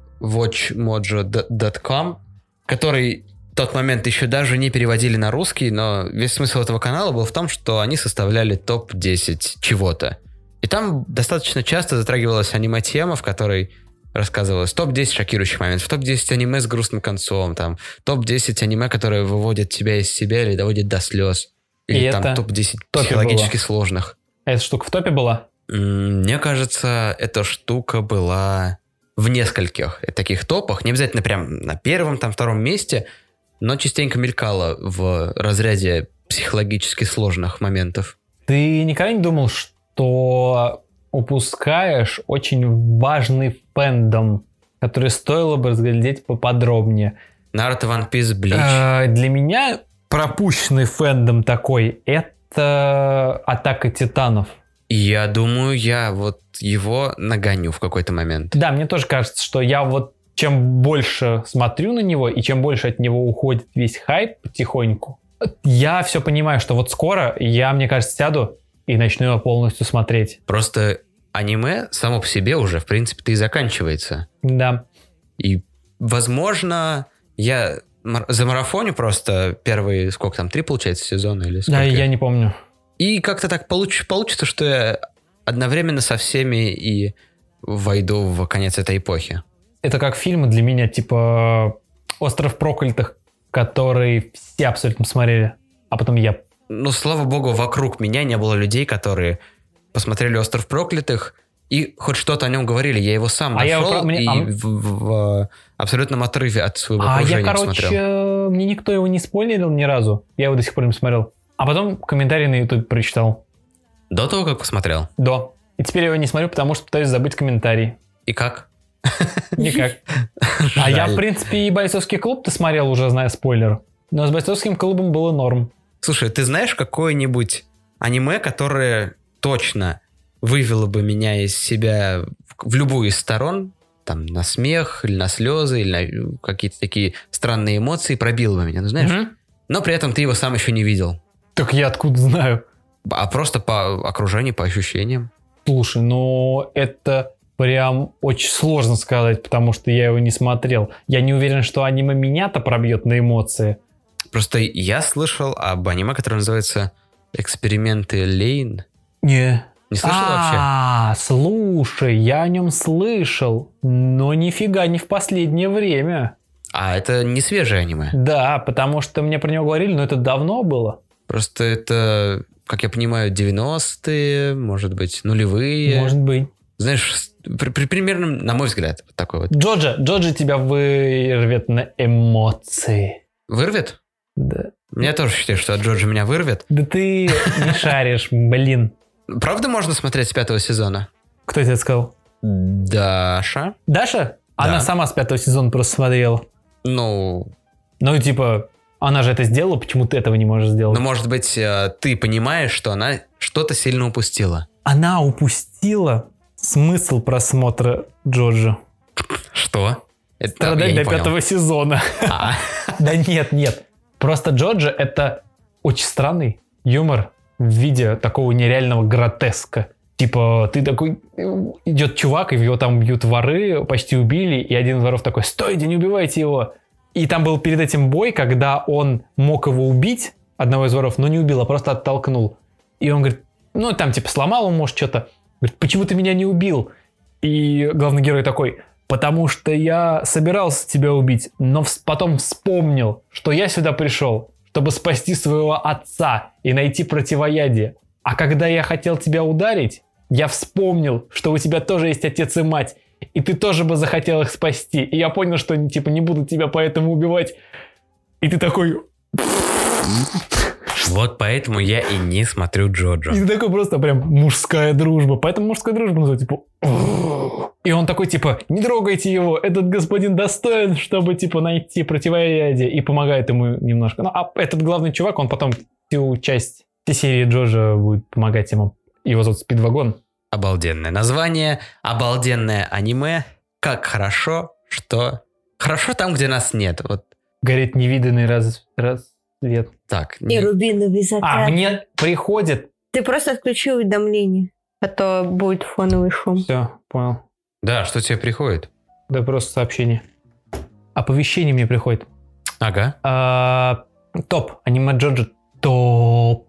S3: watchmojo.com, который в тот момент еще даже не переводили на русский, но весь смысл этого канала был в том, что они составляли топ-10 чего-то. И там достаточно часто затрагивалась аниме-тема, в которой рассказывалось топ-10 шокирующих моментов, топ-10 аниме с грустным концом, там топ-10 аниме, которые выводят тебя из себя или доводят до слез. Или
S1: И
S3: там
S1: это
S3: топ-10
S1: топе
S3: психологически сложных.
S1: А Эта штука в топе была?
S3: М, Мне кажется, эта штука была в нескольких таких топах. Не обязательно прям на первом, там, втором месте, но частенько мелькала в разряде психологически сложных моментов.
S1: Ты никогда не думал, что упускаешь очень важный фэндом, который стоило бы разглядеть поподробнее?
S3: Наруто, One Piece, Блич.
S1: Э, Для меня пропущенный фэндом такой — это «Атака титанов».
S3: Я думаю, я вот его нагоню в какой-то момент.
S1: Да, мне тоже кажется, что я вот чем больше смотрю на него и чем больше от него уходит весь хайп потихоньку, я все понимаю, что вот скоро я, мне кажется, сяду и начну его полностью смотреть.
S3: Просто аниме само по себе уже, в принципе-то, и заканчивается.
S1: Да.
S3: И, возможно, я мар- замарафоню просто первые, сколько там, три, получается, сезона или сколько?
S1: Да, я не помню.
S3: И как-то так получ- получится, что я одновременно со всеми и войду в конец этой эпохи.
S1: Это как фильмы для меня, типа «Остров проклятых», который все абсолютно смотрели, а потом я.
S3: Ну, слава богу, вокруг меня не было людей, которые посмотрели «Остров проклятых», и хоть что-то о нем говорили, я его сам
S1: А я
S3: нашел
S1: его про- мне-
S3: и
S1: а м-
S3: в, в- в э, абсолютном отрыве от своего
S1: А я,
S3: окружения
S1: короче,
S3: смотрел.
S1: мне никто его не спойлерил ни разу. Я его до сих пор не смотрел. А потом комментарии на YouTube прочитал.
S3: До того, как посмотрел.
S1: Да. И теперь я его не смотрю, потому что пытаюсь забыть комментарии.
S3: И как?
S1: Никак. А я, в
S3: Жаль.
S1: принципе, и бойцовский клуб ты смотрел, уже зная спойлер. Но с бойцовским клубом было норм.
S3: Слушай, ты знаешь какое-нибудь аниме, которое точно вывело бы меня из себя в любую из сторон, там, на смех, или на слезы, или на э, какие-то такие странные эмоции, пробило бы меня, ну знаешь?
S1: Мгм.
S3: Но при этом ты его сам еще не видел,
S1: Так я откуда знаю?
S3: а просто по окружению, по ощущениям.
S1: Слушай, ну это прям очень сложно сказать, потому что я его не смотрел. Я не уверен, что аниме меня-то пробьет на эмоции.
S3: Просто я слышал об аниме, которое называется «Эксперименты Лейн».
S1: Не.
S3: Не слышал вообще?
S1: А, слушай, я о нем слышал, но нифига не в последнее время.
S3: А это не свежее аниме.
S1: Да, потому что мне про него говорили, но это давно было.
S3: Просто это, как я понимаю, 90-е, может быть, нулевые.
S1: Может быть.
S3: Знаешь, с- при- при- примерно, на мой взгляд, вот такой вот.
S1: Джоджа, Джоджа тебя вырвет на эмоции.
S3: Вырвет?
S1: Да,
S3: Я тоже считаю, что от Джорджа меня вырвет.
S1: да ты не шаришь, блин.
S3: Правда можно смотреть с пятого сезона?
S1: Кто тебе это сказал?
S3: Даша?
S1: Даша? Она
S3: Да.
S1: сама с пятого сезона просто смотрела.
S3: Ну,
S1: Ну, типа, она же это сделала, почему ты этого не можешь сделать?
S3: ну, может быть, э, ты понимаешь, что она что-то сильно упустила.
S1: Она упустила смысл просмотра Джорджа.
S3: Что? Это я
S1: Страдать
S3: не
S1: до
S3: понял.
S1: пятого сезона.
S3: А,
S1: Да нет, нет. Просто Джорджа это очень странный юмор в виде такого нереального гротеска. Типа, ты такой, э, идет чувак, и его там бьют воры, почти убили, и один из воров такой, стойте, не убивайте его. И там был перед этим бой, когда он мог его убить, одного из воров, но не убил, а просто оттолкнул. И он говорит, ну, там, типа, сломал он, может, что-то. Говорит, почему ты меня не убил? И главный герой такой, потому что я собирался тебя убить, но вс- потом вспомнил, что я сюда пришел, чтобы спасти своего отца и найти противоядие. А когда я хотел тебя ударить, я вспомнил, что у тебя тоже есть отец и мать, и ты тоже бы захотел их спасти. И я понял, что типа не буду тебя поэтому убивать. И ты такой,
S3: Вот поэтому я и не смотрю
S1: И
S3: Джоджо.
S1: ты такой просто прям мужская дружба. Поэтому мужская дружба называют, типа... «Ух». И он такой, типа, не трогайте его, этот господин достоин, чтобы, типа, найти противоядие. И помогает ему немножко. Ну, а этот главный чувак, он потом всю часть, всей серии Джорджа будет помогать ему. Его зовут Спидвагон.
S3: Обалденное название, обалденное аниме. Как хорошо, что... Хорошо там, где нас нет. Вот
S1: Горит невиданный раз... рассвет.
S3: так.
S4: И рубиновый закат.
S1: А, мне приходит...
S4: Ты просто отключи уведомления.
S2: А то будет фоновый шум.
S1: Все, понял.
S3: Да, что тебе приходит?
S1: Да просто сообщение. Оповещение мне приходит.
S3: Ага.
S1: А, Топ. Аниме Джорджа. Топ.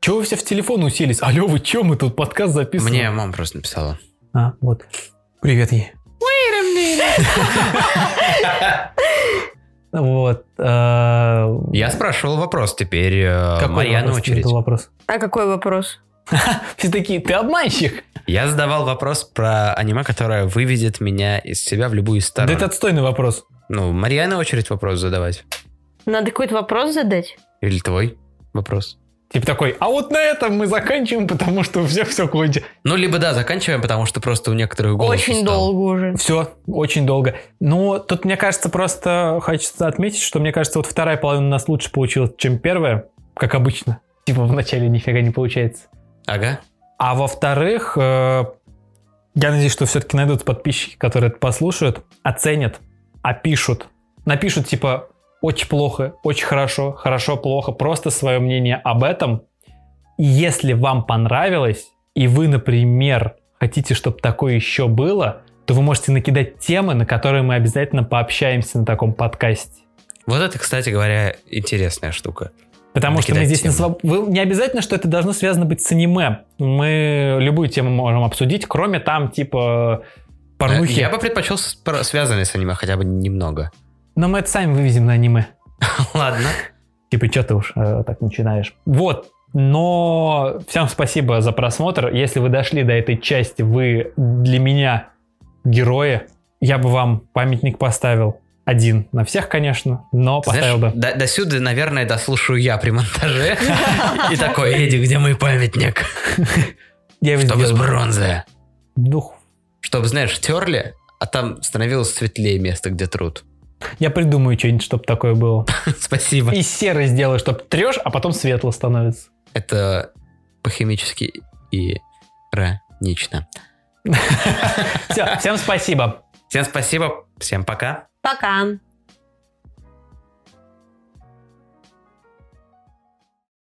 S1: Чего вы все в телефон уселись? Алло, вы че, мы тут подкаст записываем?
S3: Мне мама просто написала.
S1: А, вот. Привет ей. Вот. а,
S3: Я спрашивал вопрос, теперь э,
S1: какой
S3: моя на
S1: вопрос?
S3: очередь.
S1: Это вопрос.
S2: А какой вопрос?
S1: Все такие, ты обманщик?
S3: Я задавал вопрос про аниме, которое выведет меня из себя в любую
S1: Да
S3: сторону.
S1: это отстойный вопрос.
S3: Ну, Марьяна очередь вопрос задавать.
S2: Надо какой-то вопрос задать?
S3: Или твой вопрос.
S1: Типа такой, а вот на этом мы заканчиваем, потому что у всех все кончилось.
S3: Ну, либо да, заканчиваем, потому что просто у некоторых голос
S2: Очень
S3: устал.
S2: долго уже.
S1: Все, очень долго. Но тут, мне кажется, просто хочется отметить, что, мне кажется, вот вторая половина у нас лучше получилась, чем первая, как обычно. Типа вначале нифига не получается.
S3: Ага.
S1: А во-вторых, э, я надеюсь, что все-таки найдут подписчики, которые это послушают, оценят, опишут. Напишут типа очень плохо, очень хорошо, хорошо, плохо, просто свое мнение об этом. И если вам понравилось, и вы, например, хотите, чтобы такое еще было, то вы можете накидать темы, на которые мы обязательно пообщаемся на таком подкасте.
S3: Вот это, кстати говоря, интересная штука.
S1: Потому что мы
S3: Накидать
S1: здесь не,
S3: тему.
S1: своб- вы- не обязательно, что это должно связано быть с аниме. Мы любую тему можем обсудить, кроме там типа порнухи.
S3: Э, Я бы предпочел спро- связанное с аниме хотя бы немного.
S1: Но мы это сами вывезем на аниме.
S3: Ладно.
S1: Типа, что ты уж э, так начинаешь. Вот. Но всем спасибо за просмотр. Если вы дошли до этой части, вы для меня герои. Я бы вам памятник поставил. Один. На всех, конечно, но
S3: Ты знаешь,
S1: поставил бы.
S3: до, до сюда, наверное, дослушаю я при монтаже. И такой, Эдди, где мой памятник?
S1: Я его
S3: Чтобы с
S1: сделаю.
S3: бронзы.
S1: Дух.
S3: Чтобы, знаешь, терли, а там становилось светлее место, где труд.
S1: Я придумаю что-нибудь, чтобы такое было.
S3: Спасибо.
S1: И серый сделай, чтобы трешь, а потом светло становится.
S3: Это по-химически иронично.
S1: Все, всем спасибо.
S3: Всем спасибо, всем пока.
S4: Пока.